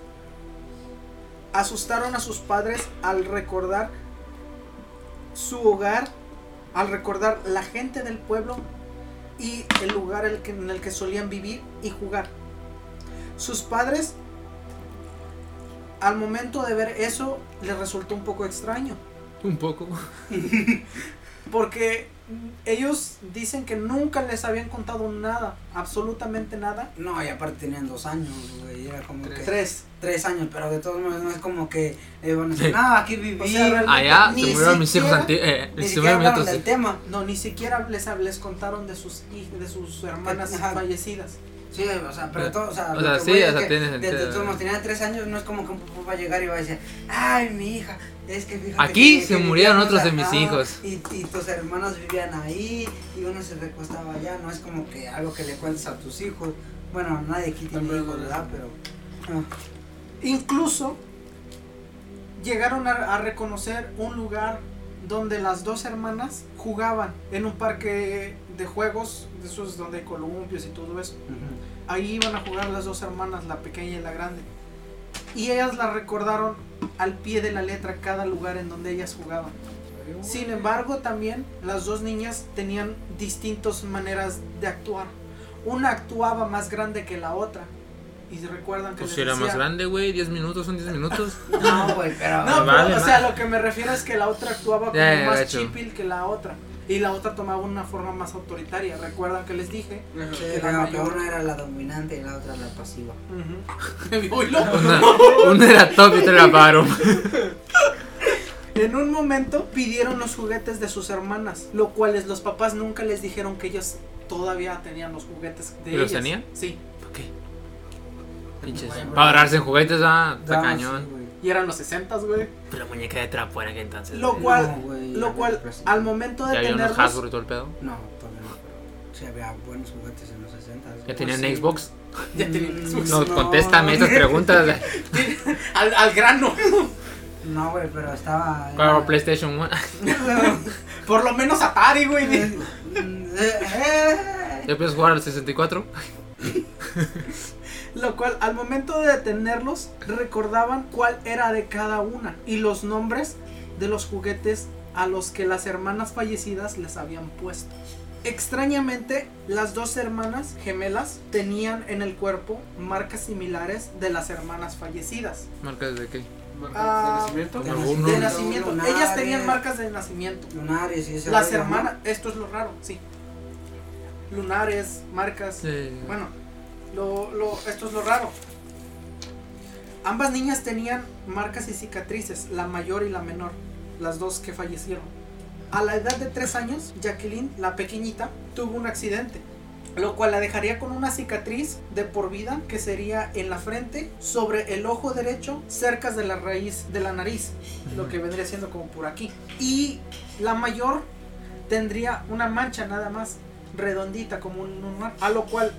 [SPEAKER 8] asustaron a sus padres al recordar su hogar, al recordar la gente del pueblo y el lugar el que- en el que solían vivir y jugar. Sus padres, al momento de ver eso, les resultó un poco extraño.
[SPEAKER 6] Un poco.
[SPEAKER 8] Porque ellos dicen que nunca les habían contado nada, absolutamente nada.
[SPEAKER 7] No, y aparte tenían dos años, güey. Era como que.
[SPEAKER 8] Tres.
[SPEAKER 7] tres años, pero de todos modos no es como que eh, van a decir, no, aquí viví.
[SPEAKER 8] O sea, realmente
[SPEAKER 6] Allá
[SPEAKER 7] Ni
[SPEAKER 6] se murieron mis hijos
[SPEAKER 7] siquiera-
[SPEAKER 6] anti- eh,
[SPEAKER 7] ni siquiera
[SPEAKER 6] se murieron mis
[SPEAKER 7] hablaron
[SPEAKER 6] otros
[SPEAKER 7] del
[SPEAKER 6] hijos.
[SPEAKER 7] tema.
[SPEAKER 8] No, ni siquiera les, les contaron de sus, hij- de sus hermanas
[SPEAKER 7] Ajá.
[SPEAKER 8] fallecidas.
[SPEAKER 7] Sí, o sea, pero
[SPEAKER 6] Pero-
[SPEAKER 7] todo, o sea,
[SPEAKER 6] Eh, o
[SPEAKER 7] lo
[SPEAKER 6] sea,
[SPEAKER 7] que
[SPEAKER 6] sí,
[SPEAKER 7] voy
[SPEAKER 6] o
[SPEAKER 7] es
[SPEAKER 6] sea,
[SPEAKER 7] que
[SPEAKER 6] tiene
[SPEAKER 7] de- De
[SPEAKER 6] sentido.
[SPEAKER 7] todos modos, tenían tres años, no es como que un papá va a llegar y va a decir, ay, mi hija, es que fíjate.
[SPEAKER 6] Aquí
[SPEAKER 7] que- que
[SPEAKER 6] se murieron
[SPEAKER 7] vivíamos
[SPEAKER 6] otros de mis
[SPEAKER 7] acá,
[SPEAKER 6] hijos.
[SPEAKER 7] ah, Y, y tus hermanas vivían ahí, y uno se recostaba allá, no es como que algo que le cuentes a tus hijos. Bueno, nadie aquí tiene
[SPEAKER 5] También,
[SPEAKER 7] hijos,
[SPEAKER 5] ¿verdad?
[SPEAKER 7] ¿verdad? Pero. ah,
[SPEAKER 8] Incluso llegaron a, a reconocer un lugar donde las dos hermanas jugaban en un parque de juegos, de esos donde hay columpios y todo eso.
[SPEAKER 7] ujú.
[SPEAKER 8] Ahí iban a jugar las dos hermanas, la pequeña y la grande. Y ellas la recordaron al pie de la letra cada lugar en donde ellas jugaban. Sin embargo, también las dos niñas tenían distintas maneras de actuar. Una actuaba más grande que la otra. Y se recuerdan que
[SPEAKER 6] Pues si
[SPEAKER 8] les
[SPEAKER 6] era
[SPEAKER 8] decía-
[SPEAKER 6] más grande, güey, 10 minutos, son 10 minutos.
[SPEAKER 7] No, güey, pero.
[SPEAKER 8] *laughs*
[SPEAKER 6] Vale,
[SPEAKER 8] No, pero, o
[SPEAKER 6] vale.
[SPEAKER 8] sea, lo que me refiero es que la otra actuaba como
[SPEAKER 6] Ya, ya,
[SPEAKER 8] más
[SPEAKER 6] gacho.
[SPEAKER 8] chipil que la otra. Y la otra tomaba una forma más autoritaria. Recuerdan que les dije.
[SPEAKER 7] Sí,
[SPEAKER 5] Ajá.
[SPEAKER 7] pero que una era la dominante y la otra la pasiva.
[SPEAKER 8] *laughs* Ujú. Uy, loco.
[SPEAKER 6] Una, una era top y otra era bottom.
[SPEAKER 8] En un momento pidieron los juguetes de sus hermanas, lo cuales los papás nunca les dijeron que ellas todavía tenían los juguetes de
[SPEAKER 6] ¿Y los
[SPEAKER 8] ellas.
[SPEAKER 6] tenían?
[SPEAKER 8] Sí,
[SPEAKER 6] ¿Para qué? Pinches. Para ahorrarse en juguetes, ah, está
[SPEAKER 7] Ah, sí,
[SPEAKER 6] cañón.
[SPEAKER 7] güey.
[SPEAKER 8] y eran los 60, güey.
[SPEAKER 6] Pero la muñeca de trapo era que entonces.
[SPEAKER 8] Lo
[SPEAKER 6] güey.
[SPEAKER 8] cual,
[SPEAKER 7] No, güey,
[SPEAKER 8] lo
[SPEAKER 7] ya
[SPEAKER 8] cual
[SPEAKER 7] había presidente.
[SPEAKER 8] al momento de
[SPEAKER 6] Ya había unos
[SPEAKER 8] tenerlos,
[SPEAKER 6] Hasbro y todo el pedo.
[SPEAKER 7] No, todavía no. pero Sí, había buenos juguetes en los 60.
[SPEAKER 6] Ya tenían
[SPEAKER 7] Sí. *laughs*
[SPEAKER 6] Xbox.
[SPEAKER 8] Ya tenía el Xbox.
[SPEAKER 6] No,
[SPEAKER 7] No.
[SPEAKER 6] contéstame
[SPEAKER 8] *laughs*
[SPEAKER 6] esas preguntas.
[SPEAKER 8] Al, al grano.
[SPEAKER 7] No, güey, pero estaba. *laughs*
[SPEAKER 6] Claro, PlayStation 1.
[SPEAKER 8] Por lo menos Atari, güey.
[SPEAKER 7] *laughs* Eh, eh,
[SPEAKER 6] *laughs* ¿Ya puedes jugar al 64?
[SPEAKER 8] Lo cual, al momento de detenerlos, recordaban cuál era de cada una y los nombres de los juguetes a los que las hermanas fallecidas les habían puesto. Extrañamente, las dos hermanas gemelas tenían en el cuerpo marcas similares de las hermanas fallecidas.
[SPEAKER 6] ¿Marcas de qué?
[SPEAKER 8] Ah,
[SPEAKER 5] ¿Marcas de
[SPEAKER 7] de
[SPEAKER 5] nacimiento?
[SPEAKER 6] Alguno.
[SPEAKER 8] De
[SPEAKER 6] No,
[SPEAKER 8] nacimiento.
[SPEAKER 7] lunares,
[SPEAKER 8] Ellas tenían marcas de nacimiento.
[SPEAKER 7] Lunares y ese
[SPEAKER 8] Las
[SPEAKER 7] rollo, ¿no?
[SPEAKER 8] hermanas, esto es lo raro, sí. Lunares, marcas.
[SPEAKER 6] Sí.
[SPEAKER 8] Bueno, lo, lo- esto es lo raro. Ambas niñas tenían marcas y cicatrices, la mayor y la menor, las dos que fallecieron. A la edad de 3 años, Jacqueline, la pequeñita, tuvo un accidente, lo cual la dejaría con una cicatriz de por vida que sería en la frente, sobre el ojo derecho, cerca de la raíz de la nariz, lo que vendría siendo como por aquí. Y la mayor tendría una mancha nada más, redondita como un lunar, a lo cual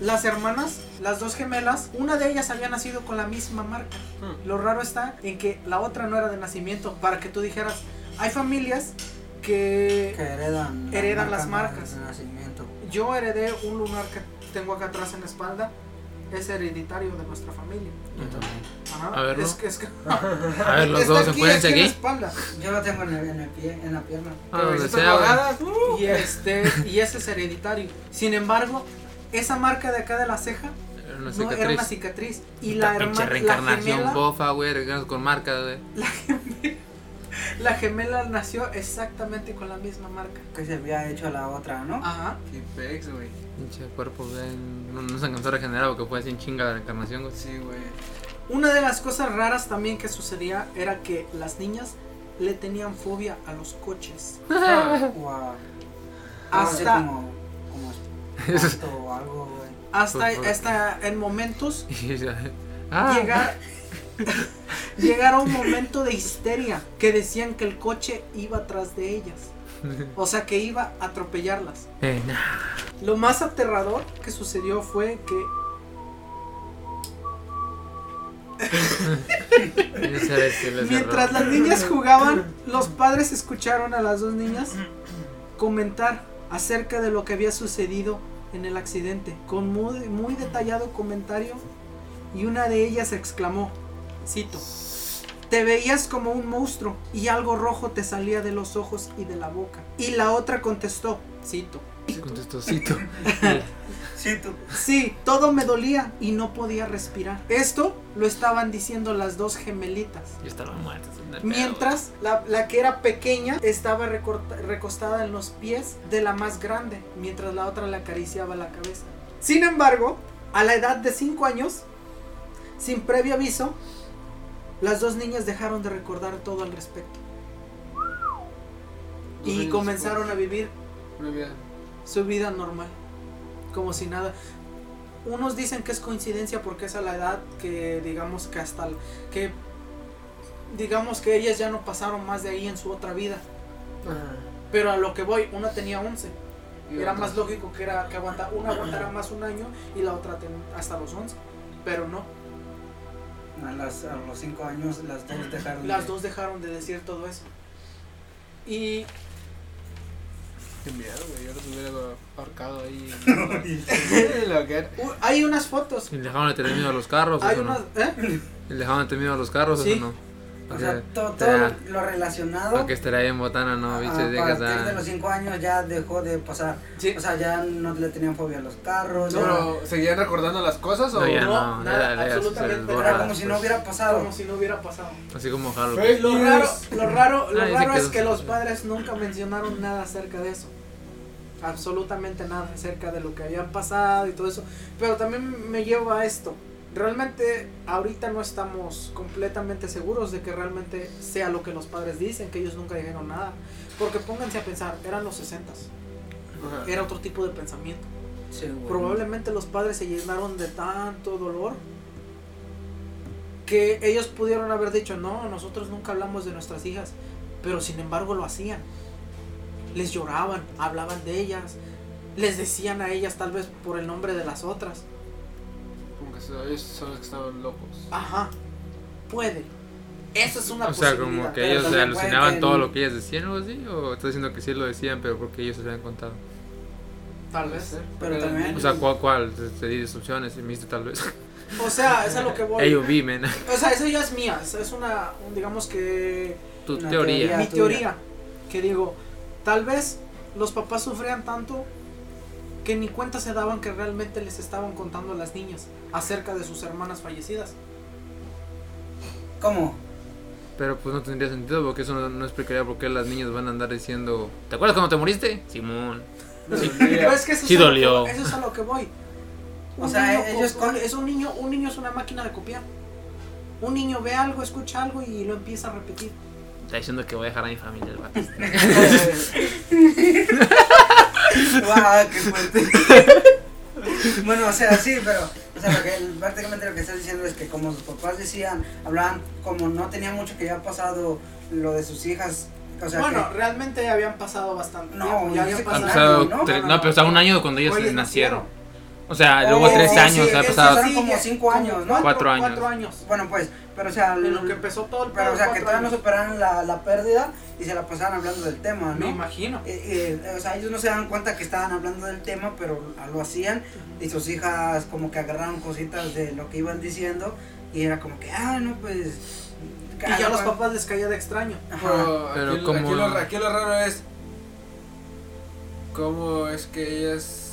[SPEAKER 8] las hermanas, las dos gemelas, una de ellas había nacido con la misma marca.
[SPEAKER 5] Hmm.
[SPEAKER 8] Lo raro está en que la otra no era de nacimiento, para que tú dijeras, hay familias que
[SPEAKER 7] Que heredan. la
[SPEAKER 8] Heredan las
[SPEAKER 7] marca
[SPEAKER 8] marcas.
[SPEAKER 7] De nacimiento.
[SPEAKER 8] yo heredé un lunar que tengo acá atrás en la espalda, es hereditario de nuestra familia. Ajá,
[SPEAKER 6] A verlo.
[SPEAKER 8] es que es que-
[SPEAKER 6] A ver, los
[SPEAKER 8] *laughs* Está
[SPEAKER 6] dos, ¿se
[SPEAKER 8] aquí,
[SPEAKER 6] pueden
[SPEAKER 8] aquí en la
[SPEAKER 6] seguir?
[SPEAKER 8] espalda.
[SPEAKER 7] Yo lo tengo en el, en el pie, en la pierna.
[SPEAKER 6] A donde
[SPEAKER 5] Cabecitas
[SPEAKER 6] sea, güey.
[SPEAKER 5] ahogadas, uh.
[SPEAKER 8] Y este y ese es hereditario. Sin embargo, esa marca de acá de la ceja
[SPEAKER 6] Era una
[SPEAKER 8] no era una
[SPEAKER 6] cicatriz.
[SPEAKER 8] cicatriz y la
[SPEAKER 6] pinche
[SPEAKER 8] hermana la
[SPEAKER 6] reencarnación
[SPEAKER 8] gemela-
[SPEAKER 6] bofa, güey, reencarnas con marcas, güey.
[SPEAKER 8] La gemela nació exactamente con la misma marca.
[SPEAKER 7] Que se había hecho la otra, ¿no?
[SPEAKER 8] Ajá.
[SPEAKER 5] Qué pex, güey.
[SPEAKER 6] Pinche cuerpo, güey. No, no se alcanzó a regenerar porque fue así en chinga la reencarnación, güey. *laughs*
[SPEAKER 5] Sí, güey.
[SPEAKER 8] Una de las cosas raras también que sucedía era que las niñas le tenían fobia a los coches.
[SPEAKER 5] Ah,
[SPEAKER 7] Wow.
[SPEAKER 8] Hasta-
[SPEAKER 7] Como, como
[SPEAKER 6] *laughs*
[SPEAKER 7] espanto o algo, güey.
[SPEAKER 8] Hasta,
[SPEAKER 6] Por favor.
[SPEAKER 8] hasta en momentos
[SPEAKER 6] Y ya- Ah,
[SPEAKER 8] *laughs* llegar, llegar a un momento de histeria que decían que el coche iba atrás de ellas. O sea que iba a atropellarlas.
[SPEAKER 6] *laughs* eh, nah.
[SPEAKER 8] Lo más aterrador que sucedió fue que
[SPEAKER 6] Yo sé que les
[SPEAKER 8] Mientras
[SPEAKER 6] cerró.
[SPEAKER 8] las niñas jugaban, los padres escucharon a las dos niñas comentar acerca de lo que había sucedido en el accidente, con muy, muy detallado comentario, y una de ellas exclamó, cito, te veías como un monstruo y algo rojo te salía de los ojos y de la boca. Y la otra contestó, cito,
[SPEAKER 6] Contestocito.
[SPEAKER 7] Sí, tú.
[SPEAKER 8] Sí, todo me dolía y no podía respirar. Esto lo estaban diciendo las dos gemelitas.
[SPEAKER 6] Yo estaba muerto. sin dar pedo,
[SPEAKER 8] Mientras la, la que era pequeña estaba recorta- recostada en los pies de la más grande, mientras la otra le acariciaba la cabeza. Sin embargo, a la edad de 5 años, sin previo aviso, las dos niñas dejaron de recordar todo al respecto
[SPEAKER 5] Dos
[SPEAKER 8] y
[SPEAKER 5] años
[SPEAKER 8] comenzaron a
[SPEAKER 5] después.
[SPEAKER 8] vivir
[SPEAKER 5] Una vida.
[SPEAKER 8] su vida normal, como si nada. Unos dicen que es coincidencia porque es a la edad que digamos que hasta el- que digamos que ellas ya no pasaron más de ahí en su otra vida. Pero a lo que voy, una tenía 11.
[SPEAKER 5] Y
[SPEAKER 8] Era
[SPEAKER 5] otra.
[SPEAKER 8] más lógico que era que aguanta, una aguantara más un año y la otra ten- hasta los 11. Pero no,
[SPEAKER 7] A, las- a los cinco años las dos dejaron.
[SPEAKER 8] las
[SPEAKER 7] de-
[SPEAKER 8] dos dejaron de decir todo eso. Y
[SPEAKER 5] Qué miedo, güey. Yo los hubiera ahorcado ahí. *laughs* en la hoguera.
[SPEAKER 8] u- uh, hay unas fotos.
[SPEAKER 6] güey. ¿Y le dejaron detener miedo a los carros
[SPEAKER 8] Hay
[SPEAKER 6] o
[SPEAKER 8] unas,
[SPEAKER 6] no?
[SPEAKER 8] ¿eh?
[SPEAKER 6] ¿Y le dejaron detener miedo a los carros
[SPEAKER 8] Sí.
[SPEAKER 6] o no?
[SPEAKER 7] O sea, to- todo,
[SPEAKER 6] ya.
[SPEAKER 7] lo- lo relacionado.
[SPEAKER 6] Aunque estaría bien botana,
[SPEAKER 8] Ah,
[SPEAKER 6] no, ah.
[SPEAKER 7] a
[SPEAKER 6] bicho,
[SPEAKER 7] partir
[SPEAKER 6] llegas
[SPEAKER 7] de
[SPEAKER 6] a...
[SPEAKER 7] los cinco años ya dejó de pasar.
[SPEAKER 8] Sí.
[SPEAKER 7] O sea, ya no le tenían fobia a los carros. ya-
[SPEAKER 5] Pero, ¿seguían recordando las cosas o.?
[SPEAKER 6] No, ya
[SPEAKER 8] no,
[SPEAKER 6] no, ya
[SPEAKER 8] nada,
[SPEAKER 6] la leas, se
[SPEAKER 8] absolutamente
[SPEAKER 6] les
[SPEAKER 8] nada,
[SPEAKER 7] era
[SPEAKER 6] borra.
[SPEAKER 7] como si no
[SPEAKER 6] pues,
[SPEAKER 7] hubiera pasado.
[SPEAKER 8] Como si no hubiera pasado.
[SPEAKER 6] Así como Harold.
[SPEAKER 5] Fake
[SPEAKER 8] Lo
[SPEAKER 5] news.
[SPEAKER 8] raro, lo raro, lo
[SPEAKER 6] Ah, dice
[SPEAKER 8] raro
[SPEAKER 6] que
[SPEAKER 8] es
[SPEAKER 6] dos-
[SPEAKER 8] que los padres nunca mencionaron nada acerca de eso. Absolutamente nada acerca de lo que habían pasado y todo eso. Pero también me lleva a esto. Realmente ahorita no estamos completamente seguros de que realmente sea lo que los padres dicen, que ellos nunca dijeron nada. Porque pónganse a pensar, eran los 60
[SPEAKER 5] Ajá.
[SPEAKER 8] era otro tipo de pensamiento.
[SPEAKER 7] Sí, güey.
[SPEAKER 8] Probablemente los padres se llenaron de tanto dolor que ellos pudieron haber dicho, no, nosotros nunca hablamos de nuestras hijas, pero sin embargo lo hacían. Les lloraban, hablaban de ellas, les decían a ellas tal vez por el nombre de las otras.
[SPEAKER 5] Eso, ellos son los que estaban
[SPEAKER 8] Ah,
[SPEAKER 5] locos.
[SPEAKER 9] Ajá, puede. Eso es una
[SPEAKER 4] pues
[SPEAKER 6] O sea,
[SPEAKER 9] posibilidad.
[SPEAKER 6] como que
[SPEAKER 9] pero
[SPEAKER 6] ellos se
[SPEAKER 9] también puede
[SPEAKER 6] alucinaban
[SPEAKER 9] que
[SPEAKER 6] todo
[SPEAKER 9] no.
[SPEAKER 6] lo que ellas decían o así, o estás diciendo que sí lo decían, pero porque ellos se lo habían contado.
[SPEAKER 8] Tal
[SPEAKER 5] Puede
[SPEAKER 8] vez.
[SPEAKER 5] ser,
[SPEAKER 9] Pero
[SPEAKER 5] eran
[SPEAKER 9] también-
[SPEAKER 6] O
[SPEAKER 5] niños.
[SPEAKER 6] sea, ¿cuál? cuál? Te, te di opciones y me diste tal vez.
[SPEAKER 8] O sea, es a lo que voy.
[SPEAKER 6] Ellos vi, men.
[SPEAKER 8] O sea, esa ya es mía. esa Es una, un- digamos que
[SPEAKER 6] *laughs* Tu
[SPEAKER 7] Una
[SPEAKER 6] teoría.
[SPEAKER 7] teoría.
[SPEAKER 8] mi
[SPEAKER 7] tuya.
[SPEAKER 8] teoría. Que digo, tal vez los papás sufrían tanto que ni cuenta se daban que realmente les estaban contando a las niñas acerca de sus hermanas fallecidas.
[SPEAKER 7] ¿Cómo?
[SPEAKER 6] Pero pues no tendría sentido porque eso no, no explicaría por qué las niñas van a andar diciendo, ¿te acuerdas cuando te moriste? Simón.
[SPEAKER 5] Sí.
[SPEAKER 8] *laughs* Pero es que eso,
[SPEAKER 6] Sí
[SPEAKER 8] es a lo que-
[SPEAKER 6] dolió.
[SPEAKER 8] eso es a lo que voy.
[SPEAKER 7] O
[SPEAKER 8] Un
[SPEAKER 7] sea,
[SPEAKER 8] niño
[SPEAKER 7] ellos
[SPEAKER 8] co-
[SPEAKER 7] con-
[SPEAKER 8] es un niño, un niño es una máquina de copiar. Un niño ve algo, escucha algo y lo empieza a repetir.
[SPEAKER 6] Está diciendo que voy a dejar a mi familia el vato.
[SPEAKER 7] Guau, qué fuerte.
[SPEAKER 8] *laughs*
[SPEAKER 7] bueno, o sea, sí, pero o sea, lo que, prácticamente lo que estás diciendo es que como sus papás decían, hablaban, como no tenía mucho que ya ha pasado lo de sus hijas, o sea,
[SPEAKER 8] bueno,
[SPEAKER 7] que-
[SPEAKER 8] realmente habían pasado bastante
[SPEAKER 7] No,
[SPEAKER 8] tiempo.
[SPEAKER 7] ya
[SPEAKER 8] Ya habían
[SPEAKER 7] se
[SPEAKER 6] Han
[SPEAKER 7] pasaron,
[SPEAKER 8] pasado.
[SPEAKER 6] pasado
[SPEAKER 7] ¿no?
[SPEAKER 6] tres-
[SPEAKER 8] No,
[SPEAKER 6] no,
[SPEAKER 8] no, no.
[SPEAKER 6] pero está un año de cuando ellos
[SPEAKER 8] Oye,
[SPEAKER 6] nacieron. O sea, luego
[SPEAKER 7] Oh,
[SPEAKER 6] tres
[SPEAKER 7] sí,
[SPEAKER 6] años,
[SPEAKER 7] sí,
[SPEAKER 6] ha
[SPEAKER 7] eso
[SPEAKER 6] pasado.
[SPEAKER 7] sí. como cinco
[SPEAKER 8] como
[SPEAKER 7] años, ¿no?
[SPEAKER 6] Cuatro años.
[SPEAKER 8] Cuatro años.
[SPEAKER 7] bueno, pues, pero o sea,
[SPEAKER 8] En lo que
[SPEAKER 7] l-
[SPEAKER 8] empezó todo el
[SPEAKER 7] pero o
[SPEAKER 8] pedo,
[SPEAKER 7] sea, que
[SPEAKER 8] cuatro
[SPEAKER 7] todavía no
[SPEAKER 8] años.
[SPEAKER 7] superaron la, la pérdida y se la pasaban hablando del tema,
[SPEAKER 8] Me
[SPEAKER 7] ¿no?
[SPEAKER 8] imagino.
[SPEAKER 7] Eh, eh, o sea, ellos no se dan cuenta que estaban hablando del tema, pero lo hacían y sus hijas como que agarraron cositas de lo que iban diciendo y era como que, ah, no, pues...
[SPEAKER 8] Y ya a los papás les caía de extraño.
[SPEAKER 7] Ajá.
[SPEAKER 5] Pero,
[SPEAKER 6] Pero
[SPEAKER 5] aquí,
[SPEAKER 6] como-
[SPEAKER 5] aquí lo, aquí lo raro es cómo es que ellas...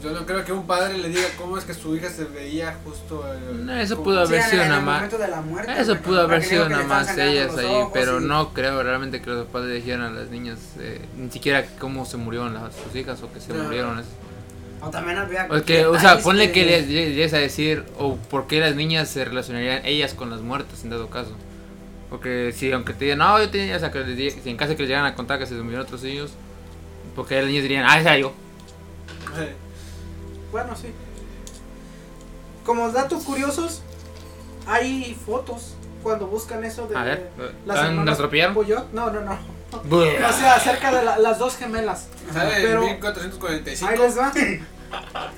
[SPEAKER 5] Yo no creo que un padre le diga cómo es que su hija se veía justo... eh,
[SPEAKER 6] No, eso
[SPEAKER 5] como-
[SPEAKER 6] pudo haber
[SPEAKER 7] Sí, en-
[SPEAKER 6] sido
[SPEAKER 7] en
[SPEAKER 6] nada
[SPEAKER 7] el
[SPEAKER 6] más.
[SPEAKER 7] momento de la muerte,
[SPEAKER 6] Eso
[SPEAKER 7] porque-
[SPEAKER 6] pudo haber
[SPEAKER 7] porque
[SPEAKER 6] sido
[SPEAKER 7] digo que le
[SPEAKER 6] nada
[SPEAKER 7] estaban
[SPEAKER 6] más
[SPEAKER 7] sangrando
[SPEAKER 6] ellas
[SPEAKER 7] los
[SPEAKER 6] ahí,
[SPEAKER 7] ojos
[SPEAKER 6] pero
[SPEAKER 7] y-
[SPEAKER 6] no creo realmente que los padres dijeran a las niñas eh, ni siquiera cómo se murieron las, sus hijas o que se
[SPEAKER 5] No.
[SPEAKER 6] murieron. es-
[SPEAKER 7] O también había
[SPEAKER 6] O, que, o sea,
[SPEAKER 7] detalles
[SPEAKER 6] ponle que les les llegues a decir o por qué las niñas se relacionarían ellas con las muertes en dado caso. Porque si aunque te digan, no, yo tenía, o sea, que les di- si en caso que les llegan a contar que se murieron otros niños, porque las niñas dirían, ah, esa era yo.
[SPEAKER 8] Bueno, sí. Como datos curiosos, hay fotos cuando buscan eso de
[SPEAKER 6] A ver,
[SPEAKER 7] Eh,
[SPEAKER 8] las
[SPEAKER 6] ¿tan-
[SPEAKER 8] hermanas
[SPEAKER 6] ¿nos atropellaron?
[SPEAKER 8] Puyol. No, no, no.
[SPEAKER 6] Buah.
[SPEAKER 8] O sea, acerca de la- las dos gemelas.
[SPEAKER 5] Sale
[SPEAKER 8] Pero-
[SPEAKER 5] en 1445.
[SPEAKER 8] Ahí les va.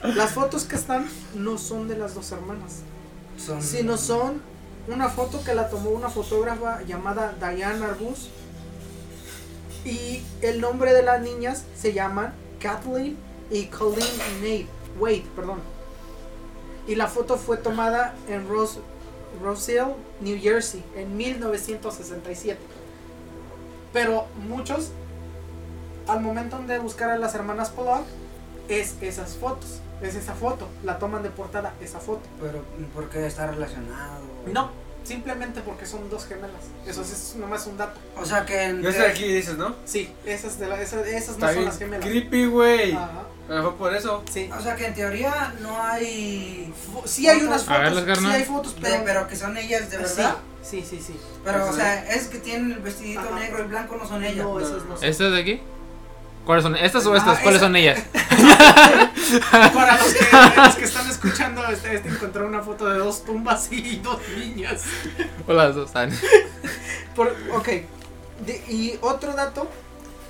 [SPEAKER 8] Las fotos que están no son de las dos hermanas,
[SPEAKER 7] son-
[SPEAKER 8] sino son una foto que la tomó una fotógrafa llamada Diane Arbus. Y el nombre de las niñas se llaman Kathleen y Colleen Nate. Wade, perdón. Y la foto fue tomada en Rose, Roselle, New Jersey, en 1967. Pero muchos, al momento de buscar a las hermanas Pollock, es esas fotos. Es esa foto. La toman de portada, esa foto.
[SPEAKER 7] Pero, ¿por qué está relacionado?
[SPEAKER 8] No, simplemente porque son dos gemelas. Eso es, es nomás un dato.
[SPEAKER 7] O sea, que... en-
[SPEAKER 5] Yo estoy aquí, dices, ¿no?
[SPEAKER 8] Sí, esas, de la- esas, esas
[SPEAKER 5] Está
[SPEAKER 8] no son
[SPEAKER 5] bien
[SPEAKER 8] las gemelas.
[SPEAKER 5] creepy, güey.
[SPEAKER 8] Ajá,
[SPEAKER 5] Pero fue por eso.
[SPEAKER 8] sí.
[SPEAKER 7] O sea, que en teoría no hay...
[SPEAKER 8] Fo- Sí hay unas
[SPEAKER 6] A ver,
[SPEAKER 8] fotos,
[SPEAKER 6] las
[SPEAKER 8] sí
[SPEAKER 6] carnas.
[SPEAKER 8] hay fotos,
[SPEAKER 7] de-
[SPEAKER 8] pero...
[SPEAKER 7] pero que son ellas de
[SPEAKER 6] Pues
[SPEAKER 7] verdad.
[SPEAKER 8] Sí, sí, sí. sí.
[SPEAKER 7] Pero, o
[SPEAKER 5] Ajá.
[SPEAKER 7] sea, es que tienen el vestidito
[SPEAKER 8] Ajá.
[SPEAKER 7] negro y blanco, no son ellas.
[SPEAKER 8] No, esas *laughs* no son.
[SPEAKER 6] ¿Estas de aquí? ¿Cuáles son? ¿Estas o
[SPEAKER 7] Ah,
[SPEAKER 6] estas? ¿Cuáles
[SPEAKER 7] esa-
[SPEAKER 6] son ellas? *laughs*
[SPEAKER 8] Para los que, los que están escuchando, este, este encontró una foto de dos tumbas y dos niñas.
[SPEAKER 6] O las dos.
[SPEAKER 7] *laughs*
[SPEAKER 6] Ah,
[SPEAKER 8] Por, ok. De- y otro dato,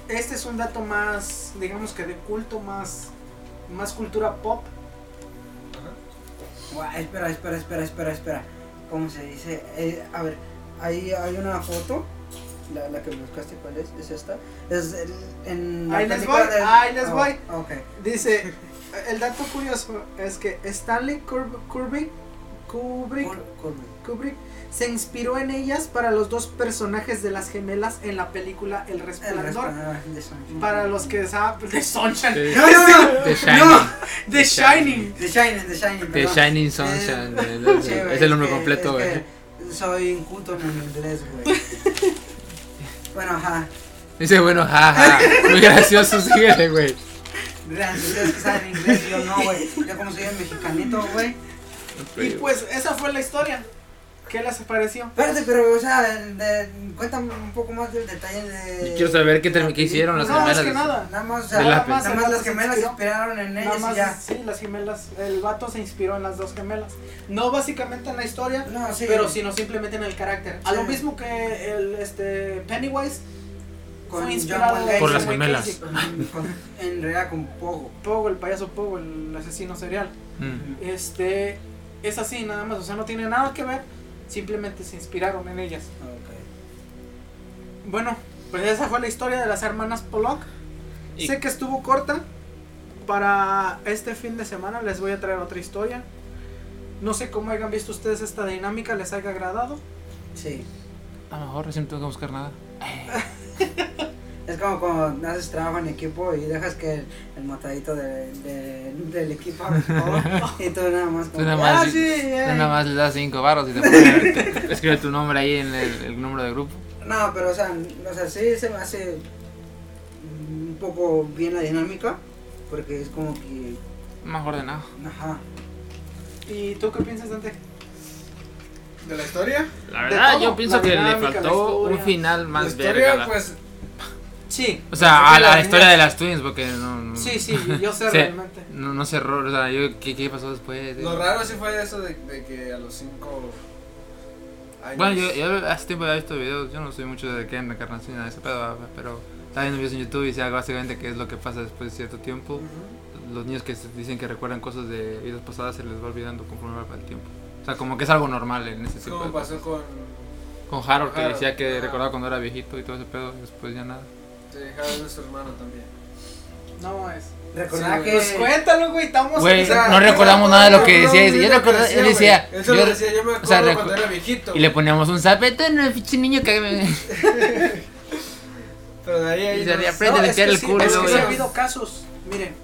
[SPEAKER 8] este es un dato más, digamos que de culto, más, más cultura pop.
[SPEAKER 7] Guau, espera, espera, espera, espera, espera. ¿Cómo se dice? Eh, a ver, ahí hay una foto. La, la que buscaste, ¿cuál es? ¿Es esta? Es el- en la
[SPEAKER 8] Ahí les
[SPEAKER 7] película
[SPEAKER 8] voy, ahí les
[SPEAKER 7] Oh,
[SPEAKER 8] voy.
[SPEAKER 7] Ok.
[SPEAKER 8] Dice, el dato curioso es que Stanley Kurb- Kubrick, Kubrick,
[SPEAKER 7] Col- colme.
[SPEAKER 8] Kubrick se inspiró en ellas para los dos personajes de las gemelas en la película El
[SPEAKER 7] El
[SPEAKER 8] Resplandor.
[SPEAKER 7] resplandor de Sunshine.
[SPEAKER 8] Para los que saben, pues, de Sunshine,
[SPEAKER 6] sí.
[SPEAKER 7] *laughs* No, no, no.
[SPEAKER 6] The
[SPEAKER 7] No.
[SPEAKER 6] Shining.
[SPEAKER 8] The Shining.
[SPEAKER 7] The Shining, The Shining.
[SPEAKER 6] The
[SPEAKER 7] perdón.
[SPEAKER 6] Shining
[SPEAKER 7] Eh,
[SPEAKER 6] Sunshine. de- de-
[SPEAKER 7] sí,
[SPEAKER 6] de-
[SPEAKER 7] güey,
[SPEAKER 6] Es el nombre
[SPEAKER 7] que-
[SPEAKER 6] completo,
[SPEAKER 7] es
[SPEAKER 6] güey.
[SPEAKER 7] que Soy inculto en el inglés,
[SPEAKER 6] *laughs*
[SPEAKER 7] güey. bueno, ajá.
[SPEAKER 6] Dice, bueno, jaja. *laughs* Muy gracioso, síguele, güey.
[SPEAKER 7] Gracias, ustedes que saben inglés, yo no, güey. Yo como soy el mexicanito, güey.
[SPEAKER 8] Y pues esa fue la historia. ¿Qué les pareció?
[SPEAKER 7] Espérate, pero, o sea, de- cuéntame un poco más del detalle de.
[SPEAKER 6] Yo quiero saber qué,
[SPEAKER 7] de la
[SPEAKER 6] termi- qué hicieron las
[SPEAKER 8] no,
[SPEAKER 6] gemelas.
[SPEAKER 8] es que nada.
[SPEAKER 7] Nada más, o sea,
[SPEAKER 6] De la
[SPEAKER 7] nada
[SPEAKER 6] pe-
[SPEAKER 7] más, nada más las
[SPEAKER 8] se
[SPEAKER 7] gemelas se
[SPEAKER 8] inspiró.
[SPEAKER 7] inspiraron en
[SPEAKER 8] Nada
[SPEAKER 7] ellas
[SPEAKER 8] más,
[SPEAKER 7] y ya.
[SPEAKER 8] sí, las gemelas, el vato se inspiró en las dos gemelas. No básicamente en la historia,
[SPEAKER 7] No, sí.
[SPEAKER 8] pero sino simplemente en el carácter. A lo
[SPEAKER 7] Sí.
[SPEAKER 8] mismo que el este Pennywise
[SPEAKER 7] Con
[SPEAKER 8] fue
[SPEAKER 7] John
[SPEAKER 8] inspirado
[SPEAKER 7] Wayne
[SPEAKER 8] en
[SPEAKER 7] Gacy. Por
[SPEAKER 6] las
[SPEAKER 8] Wayne
[SPEAKER 6] gemelas.
[SPEAKER 8] Gacy.
[SPEAKER 7] Con- en realidad con Pogo.
[SPEAKER 8] Pogo, el payaso Pogo, el asesino serial.
[SPEAKER 6] Mm.
[SPEAKER 8] Este, es así nada más, o sea, no tiene nada que ver, simplemente se inspiraron en ellas.
[SPEAKER 7] Ok.
[SPEAKER 8] Bueno, pues esa fue la historia de las hermanas Pollock.
[SPEAKER 5] Y-
[SPEAKER 8] Sé que estuvo corta. Para este fin de semana les voy a traer otra historia. No sé cómo hayan visto ustedes esta dinámica, les haya agradado.
[SPEAKER 7] Sí.
[SPEAKER 6] A lo mejor recién no tengo que buscar *laughs* nada.
[SPEAKER 7] Es como cuando haces trabajo en equipo y dejas que el, el matadito de, de- del equipo haga su favor,
[SPEAKER 6] *laughs*
[SPEAKER 7] y tú nada más.
[SPEAKER 6] Tú
[SPEAKER 7] como-
[SPEAKER 6] nada más,
[SPEAKER 8] Ah, sí, eh.
[SPEAKER 6] tú nada más le das 5 barros y te *laughs* pones, escribe tu nombre ahí en el, el número de grupo.
[SPEAKER 7] No, pero o sea, n- o sea, sí se me hace un poco bien la dinámica, porque es como que,
[SPEAKER 6] Más ordenado.
[SPEAKER 7] ajá,
[SPEAKER 8] ¿Y tú qué piensas, Dante?
[SPEAKER 5] ¿De la historia?
[SPEAKER 6] La
[SPEAKER 8] De
[SPEAKER 6] verdad,
[SPEAKER 8] todo,
[SPEAKER 6] yo pienso
[SPEAKER 8] la
[SPEAKER 6] que le
[SPEAKER 8] dinámica, la
[SPEAKER 6] faltó
[SPEAKER 8] historia.
[SPEAKER 6] un final más
[SPEAKER 5] la historia,
[SPEAKER 6] verga. la- pues,
[SPEAKER 5] pues.
[SPEAKER 8] Sí.
[SPEAKER 6] O sea, a la,
[SPEAKER 8] niñas-
[SPEAKER 6] historia de las twins, porque no. no-
[SPEAKER 8] Sí, sí, yo sé
[SPEAKER 6] Sí.
[SPEAKER 8] realmente.
[SPEAKER 6] No, no cerró, o sea, yo, ¿qué, qué pasó después?
[SPEAKER 5] Lo raro sí fue eso de, de que a los 5 años.
[SPEAKER 6] Bueno, yo, yo hace tiempo había visto videos, yo no soy mucho de que en reencarnación y nada de ese pedo, ¿verdad? pero estaba viendo videos en YouTube y decía básicamente qué es lo que pasa después de cierto tiempo. Los niños que se- dicen que recuerdan cosas de vidas pasadas se les va olvidando conforme va el tiempo. O sea, como que es algo normal en ese
[SPEAKER 5] Es
[SPEAKER 6] tipo de
[SPEAKER 5] como pasó con.
[SPEAKER 6] Con Harold, que
[SPEAKER 5] Harold,
[SPEAKER 6] decía que
[SPEAKER 5] ah.
[SPEAKER 6] recordaba cuando era viejito y todo ese pedo, y después ya nada.
[SPEAKER 5] Te dejaron nuestro hermano también.
[SPEAKER 8] No es.
[SPEAKER 7] recordar
[SPEAKER 5] Sí,
[SPEAKER 7] que...
[SPEAKER 8] Pues cuéntalo, güey, estamos
[SPEAKER 6] Güey,
[SPEAKER 8] o sea,
[SPEAKER 6] no recordamos nada de lo que decía, dice, yo
[SPEAKER 5] no
[SPEAKER 6] recuerdo- él decía,
[SPEAKER 5] Eso
[SPEAKER 6] yo-
[SPEAKER 5] lo decía, yo me acuerdo
[SPEAKER 6] sea, recu-
[SPEAKER 5] cuando era viejito.
[SPEAKER 6] Y le poníamos un zapete en el pinche niño que me...
[SPEAKER 5] Pero de ahí, ahí
[SPEAKER 6] y se
[SPEAKER 5] no-
[SPEAKER 6] le aprende a
[SPEAKER 8] No, es
[SPEAKER 6] limpiar
[SPEAKER 8] que
[SPEAKER 6] el
[SPEAKER 8] sí,
[SPEAKER 6] culo,
[SPEAKER 8] Es que sí
[SPEAKER 6] güey.
[SPEAKER 8] ha habido casos. Miren,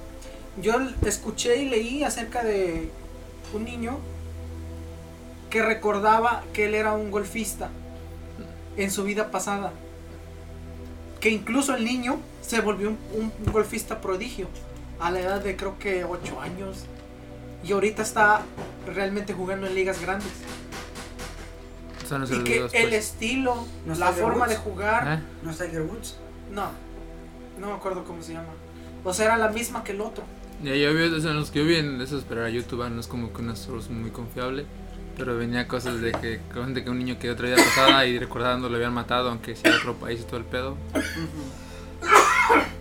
[SPEAKER 8] yo l- escuché y leí acerca de un niño que recordaba que él era un golfista en su vida pasada. Que incluso el niño se volvió un, un- un golfista prodigio a la edad de creo que 8 años. Y ahorita está realmente jugando en ligas grandes.
[SPEAKER 6] Son los
[SPEAKER 8] Y que
[SPEAKER 6] saludos,
[SPEAKER 8] el
[SPEAKER 6] pues.
[SPEAKER 8] estilo,
[SPEAKER 7] ¿No
[SPEAKER 8] la
[SPEAKER 7] sale
[SPEAKER 8] forma de
[SPEAKER 7] Woods?
[SPEAKER 8] jugar,
[SPEAKER 6] ¿Eh?
[SPEAKER 7] No es Tiger Woods.
[SPEAKER 8] no, no me acuerdo cómo se llama. O sea, era la misma que el otro.
[SPEAKER 6] Ya, yo vi, o sea, los que yo vi en esos, pero era YouTube, ah, no es como que una source muy confiable. Pero venía cosas de que, cosas de que un niño que otra vida pasada y recordando lo habían matado, aunque sea de otro país y todo el pedo.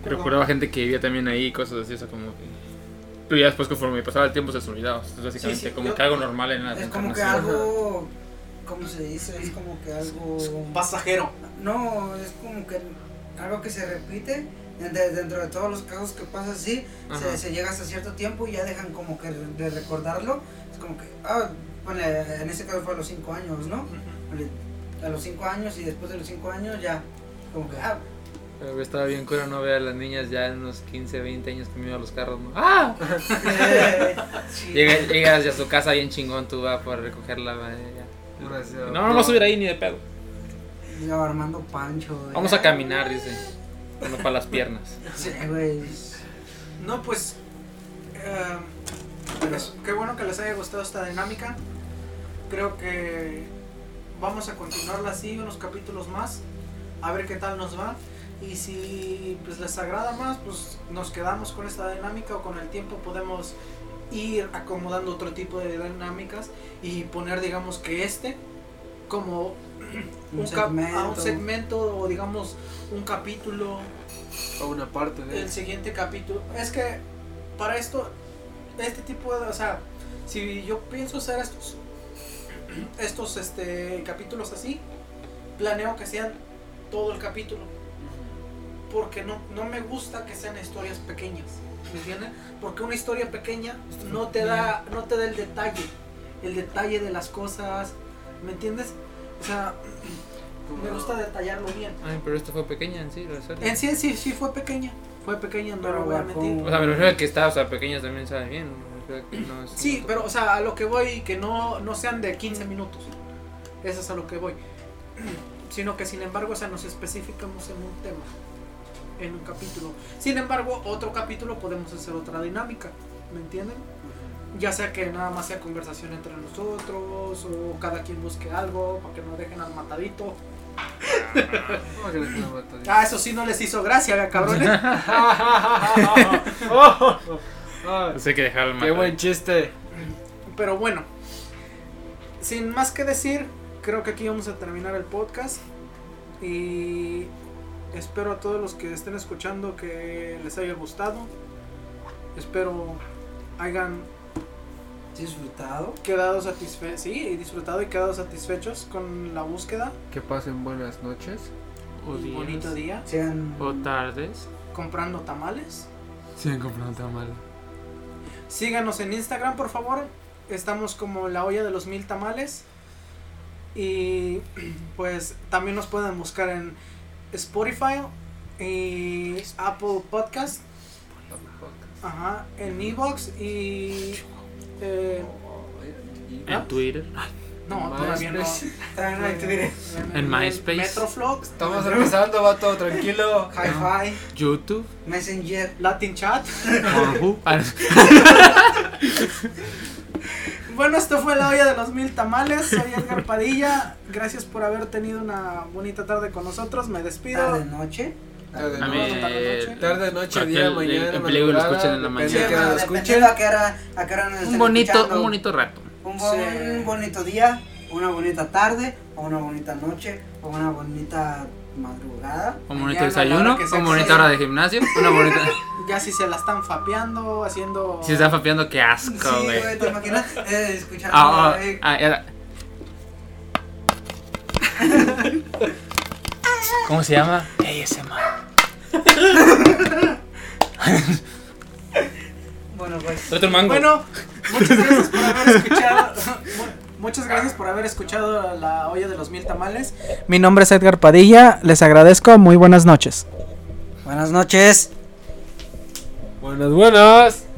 [SPEAKER 6] Recordaba gente que vivía también ahí, cosas así, o sea, como que. Pero ya después, conforme pasaba el tiempo, se les olvidaba. Es básicamente
[SPEAKER 8] Sí, sí,
[SPEAKER 6] como
[SPEAKER 8] yo-
[SPEAKER 6] que algo normal en la
[SPEAKER 7] Es como que
[SPEAKER 6] reencarnación.
[SPEAKER 7] algo, ¿cómo se dice? Es como que algo...
[SPEAKER 8] Pasajero.
[SPEAKER 7] No, es como que algo que se repite. de- dentro de todos los casos que pasa así,
[SPEAKER 6] Ajá.
[SPEAKER 7] se, se llega hasta cierto tiempo y ya dejan como que de recordarlo. Es como que, ah, bueno, en ese caso fue a los 5 años, ¿no? A los 5 años y después de los 5 años ya, como que,
[SPEAKER 6] *laughs*
[SPEAKER 7] ah, *laughs*
[SPEAKER 6] Pero yo estaba bien cura no ver a las niñas ya en unos 15, 20 años que me iba a los carros, ¿no? ¡Ah! Llega- Llegas ya a su casa bien chingón, tú vas por recogerla. va, ya.
[SPEAKER 5] Gracias.
[SPEAKER 6] No, no va a subir ahí ni de pedo.
[SPEAKER 7] yo Armando Pancho. güey.
[SPEAKER 6] Vamos a caminar, dice. Uno para las piernas.
[SPEAKER 7] Sí, güey.
[SPEAKER 8] No, pues. eh, pues, qué bueno que les haya gustado esta dinámica. Creo que vamos a continuarla así unos capítulos más. A ver qué tal nos va. Y si pues, les agrada más, pues nos quedamos con esta dinámica o con el tiempo podemos ir acomodando otro tipo de dinámicas y poner, digamos, que este como
[SPEAKER 7] Un
[SPEAKER 8] un cap- a un
[SPEAKER 7] segmento.
[SPEAKER 8] segmento o, digamos, un capítulo
[SPEAKER 5] O una parte de.
[SPEAKER 8] el siguiente capítulo. Es que para esto, este tipo de, o sea, si yo pienso hacer estos, *clears throat* estos este, capítulos así, planeo que sean todo el capítulo, porque no, no me gusta que sean historias pequeñas, ¿me entienden? Porque una historia pequeña no te da, no te da el detalle, el detalle de las cosas, ¿me entiendes? O sea,
[SPEAKER 5] Como-
[SPEAKER 8] me gusta detallarlo bien.
[SPEAKER 6] Ay, pero esto fue pequeña en sí, la serie.
[SPEAKER 8] En sí, sí, sí fue pequeña, fue pequeña, no
[SPEAKER 7] Pero
[SPEAKER 8] lo voy a
[SPEAKER 7] abarcó
[SPEAKER 8] mentir.
[SPEAKER 6] O sea, me refiero a que está, o sea, pequeñas también sabe bien. me refiero a que no es-
[SPEAKER 8] Sí, pero o sea, a lo que voy, que no, no sean de 15 minutos. Eso es a lo que voy. *clears throat* Sino que sin embargo, o sea, nos especificamos en un tema, en un capítulo. Sin embargo, otro capítulo podemos hacer otra dinámica, ¿me entienden? Ya sea que nada más sea conversación entre nosotros o cada quien busque algo para que no dejen al matadito.
[SPEAKER 5] ¿Cómo que le tiene mata?
[SPEAKER 8] Ah, eso sí no les hizo gracia, ¿verdad, cabrones.
[SPEAKER 5] *laughs* Ah,
[SPEAKER 6] Pues hay que dejar al
[SPEAKER 5] ¡Qué
[SPEAKER 6] matar.
[SPEAKER 5] buen chiste!
[SPEAKER 8] Pero bueno, sin más que decir, creo que aquí vamos a terminar el podcast. Y espero a todos los que estén escuchando que les haya gustado. Espero hayan
[SPEAKER 7] disfrutado.
[SPEAKER 8] quedado satisfechos, sí, y disfrutado y quedado satisfechos con la búsqueda.
[SPEAKER 5] Que pasen buenas noches.
[SPEAKER 6] O
[SPEAKER 8] Un
[SPEAKER 6] días,
[SPEAKER 8] bonito día.
[SPEAKER 7] Sean.
[SPEAKER 6] O tardes.
[SPEAKER 8] Comprando tamales.
[SPEAKER 6] Sí, comprando tamales.
[SPEAKER 8] Síganos en Instagram, por favor. Estamos como la olla de los mil tamales. Y pues también nos pueden buscar en Spotify y Apple Podcast. Ajá, en Evox y... eh,
[SPEAKER 6] En
[SPEAKER 8] ¿Ah?
[SPEAKER 6] Twitter.
[SPEAKER 8] no, todavía no.
[SPEAKER 5] MySpace.
[SPEAKER 7] Traen ahí, te diré.
[SPEAKER 6] En MySpace.
[SPEAKER 8] Metroflog,
[SPEAKER 5] Estamos empezando, vato, tranquilo.
[SPEAKER 7] Hi-Fi,
[SPEAKER 8] *laughs*
[SPEAKER 6] YouTube.
[SPEAKER 7] Messenger.
[SPEAKER 8] Latin Chat.
[SPEAKER 6] Pornhub. Ah,
[SPEAKER 8] Bueno, esto fue la olla de los mil tamales. Soy Edgar Padilla. Gracias por haber tenido una bonita tarde con nosotros. Me despido.
[SPEAKER 7] Tarde, noche.
[SPEAKER 6] A mí, eh,
[SPEAKER 5] Tarde, noche,
[SPEAKER 6] Cualquier-
[SPEAKER 5] día,
[SPEAKER 6] el-
[SPEAKER 5] mañana.
[SPEAKER 6] el peligro lo
[SPEAKER 5] madrugada,
[SPEAKER 6] escuchan en la
[SPEAKER 5] depende
[SPEAKER 7] Sí,
[SPEAKER 5] de qué hora
[SPEAKER 7] bueno,
[SPEAKER 5] lo escuchen.
[SPEAKER 7] dependiendo a qué hora, a qué hora nos
[SPEAKER 6] Ah, un
[SPEAKER 7] estén
[SPEAKER 6] bonito,
[SPEAKER 7] escuchando.
[SPEAKER 6] un bonito rato.
[SPEAKER 7] Un bo-
[SPEAKER 8] Sí.
[SPEAKER 7] un bonito día, una bonita tarde, o una bonita noche, o una bonita madrugada.
[SPEAKER 6] Un
[SPEAKER 8] Mañana,
[SPEAKER 6] bonito
[SPEAKER 8] la
[SPEAKER 6] desayuno,
[SPEAKER 8] hora que sea
[SPEAKER 6] una
[SPEAKER 8] que
[SPEAKER 6] bonita
[SPEAKER 8] sea.
[SPEAKER 6] hora de gimnasio, una
[SPEAKER 8] *laughs*
[SPEAKER 6] bonita...
[SPEAKER 8] Ya si se la están fapeando, haciendo.
[SPEAKER 6] Si está fapeando, qué
[SPEAKER 7] Sí,
[SPEAKER 6] asco, güey.
[SPEAKER 7] güey, te imaginas *laughs* eh, escuchando.
[SPEAKER 6] Ah, ah,
[SPEAKER 7] eh,
[SPEAKER 6] ah,
[SPEAKER 8] *laughs*
[SPEAKER 6] era- ¿Cómo se llama? ASMR.
[SPEAKER 7] Bueno, pues.
[SPEAKER 6] Otro mango.
[SPEAKER 8] Bueno, muchas gracias por haber escuchado. mu- Muchas gracias por haber escuchado la olla de los mil tamales. Mi nombre es Edgar Padilla. Les agradezco. Muy buenas noches.
[SPEAKER 7] Buenas noches.
[SPEAKER 5] Buenas, buenas.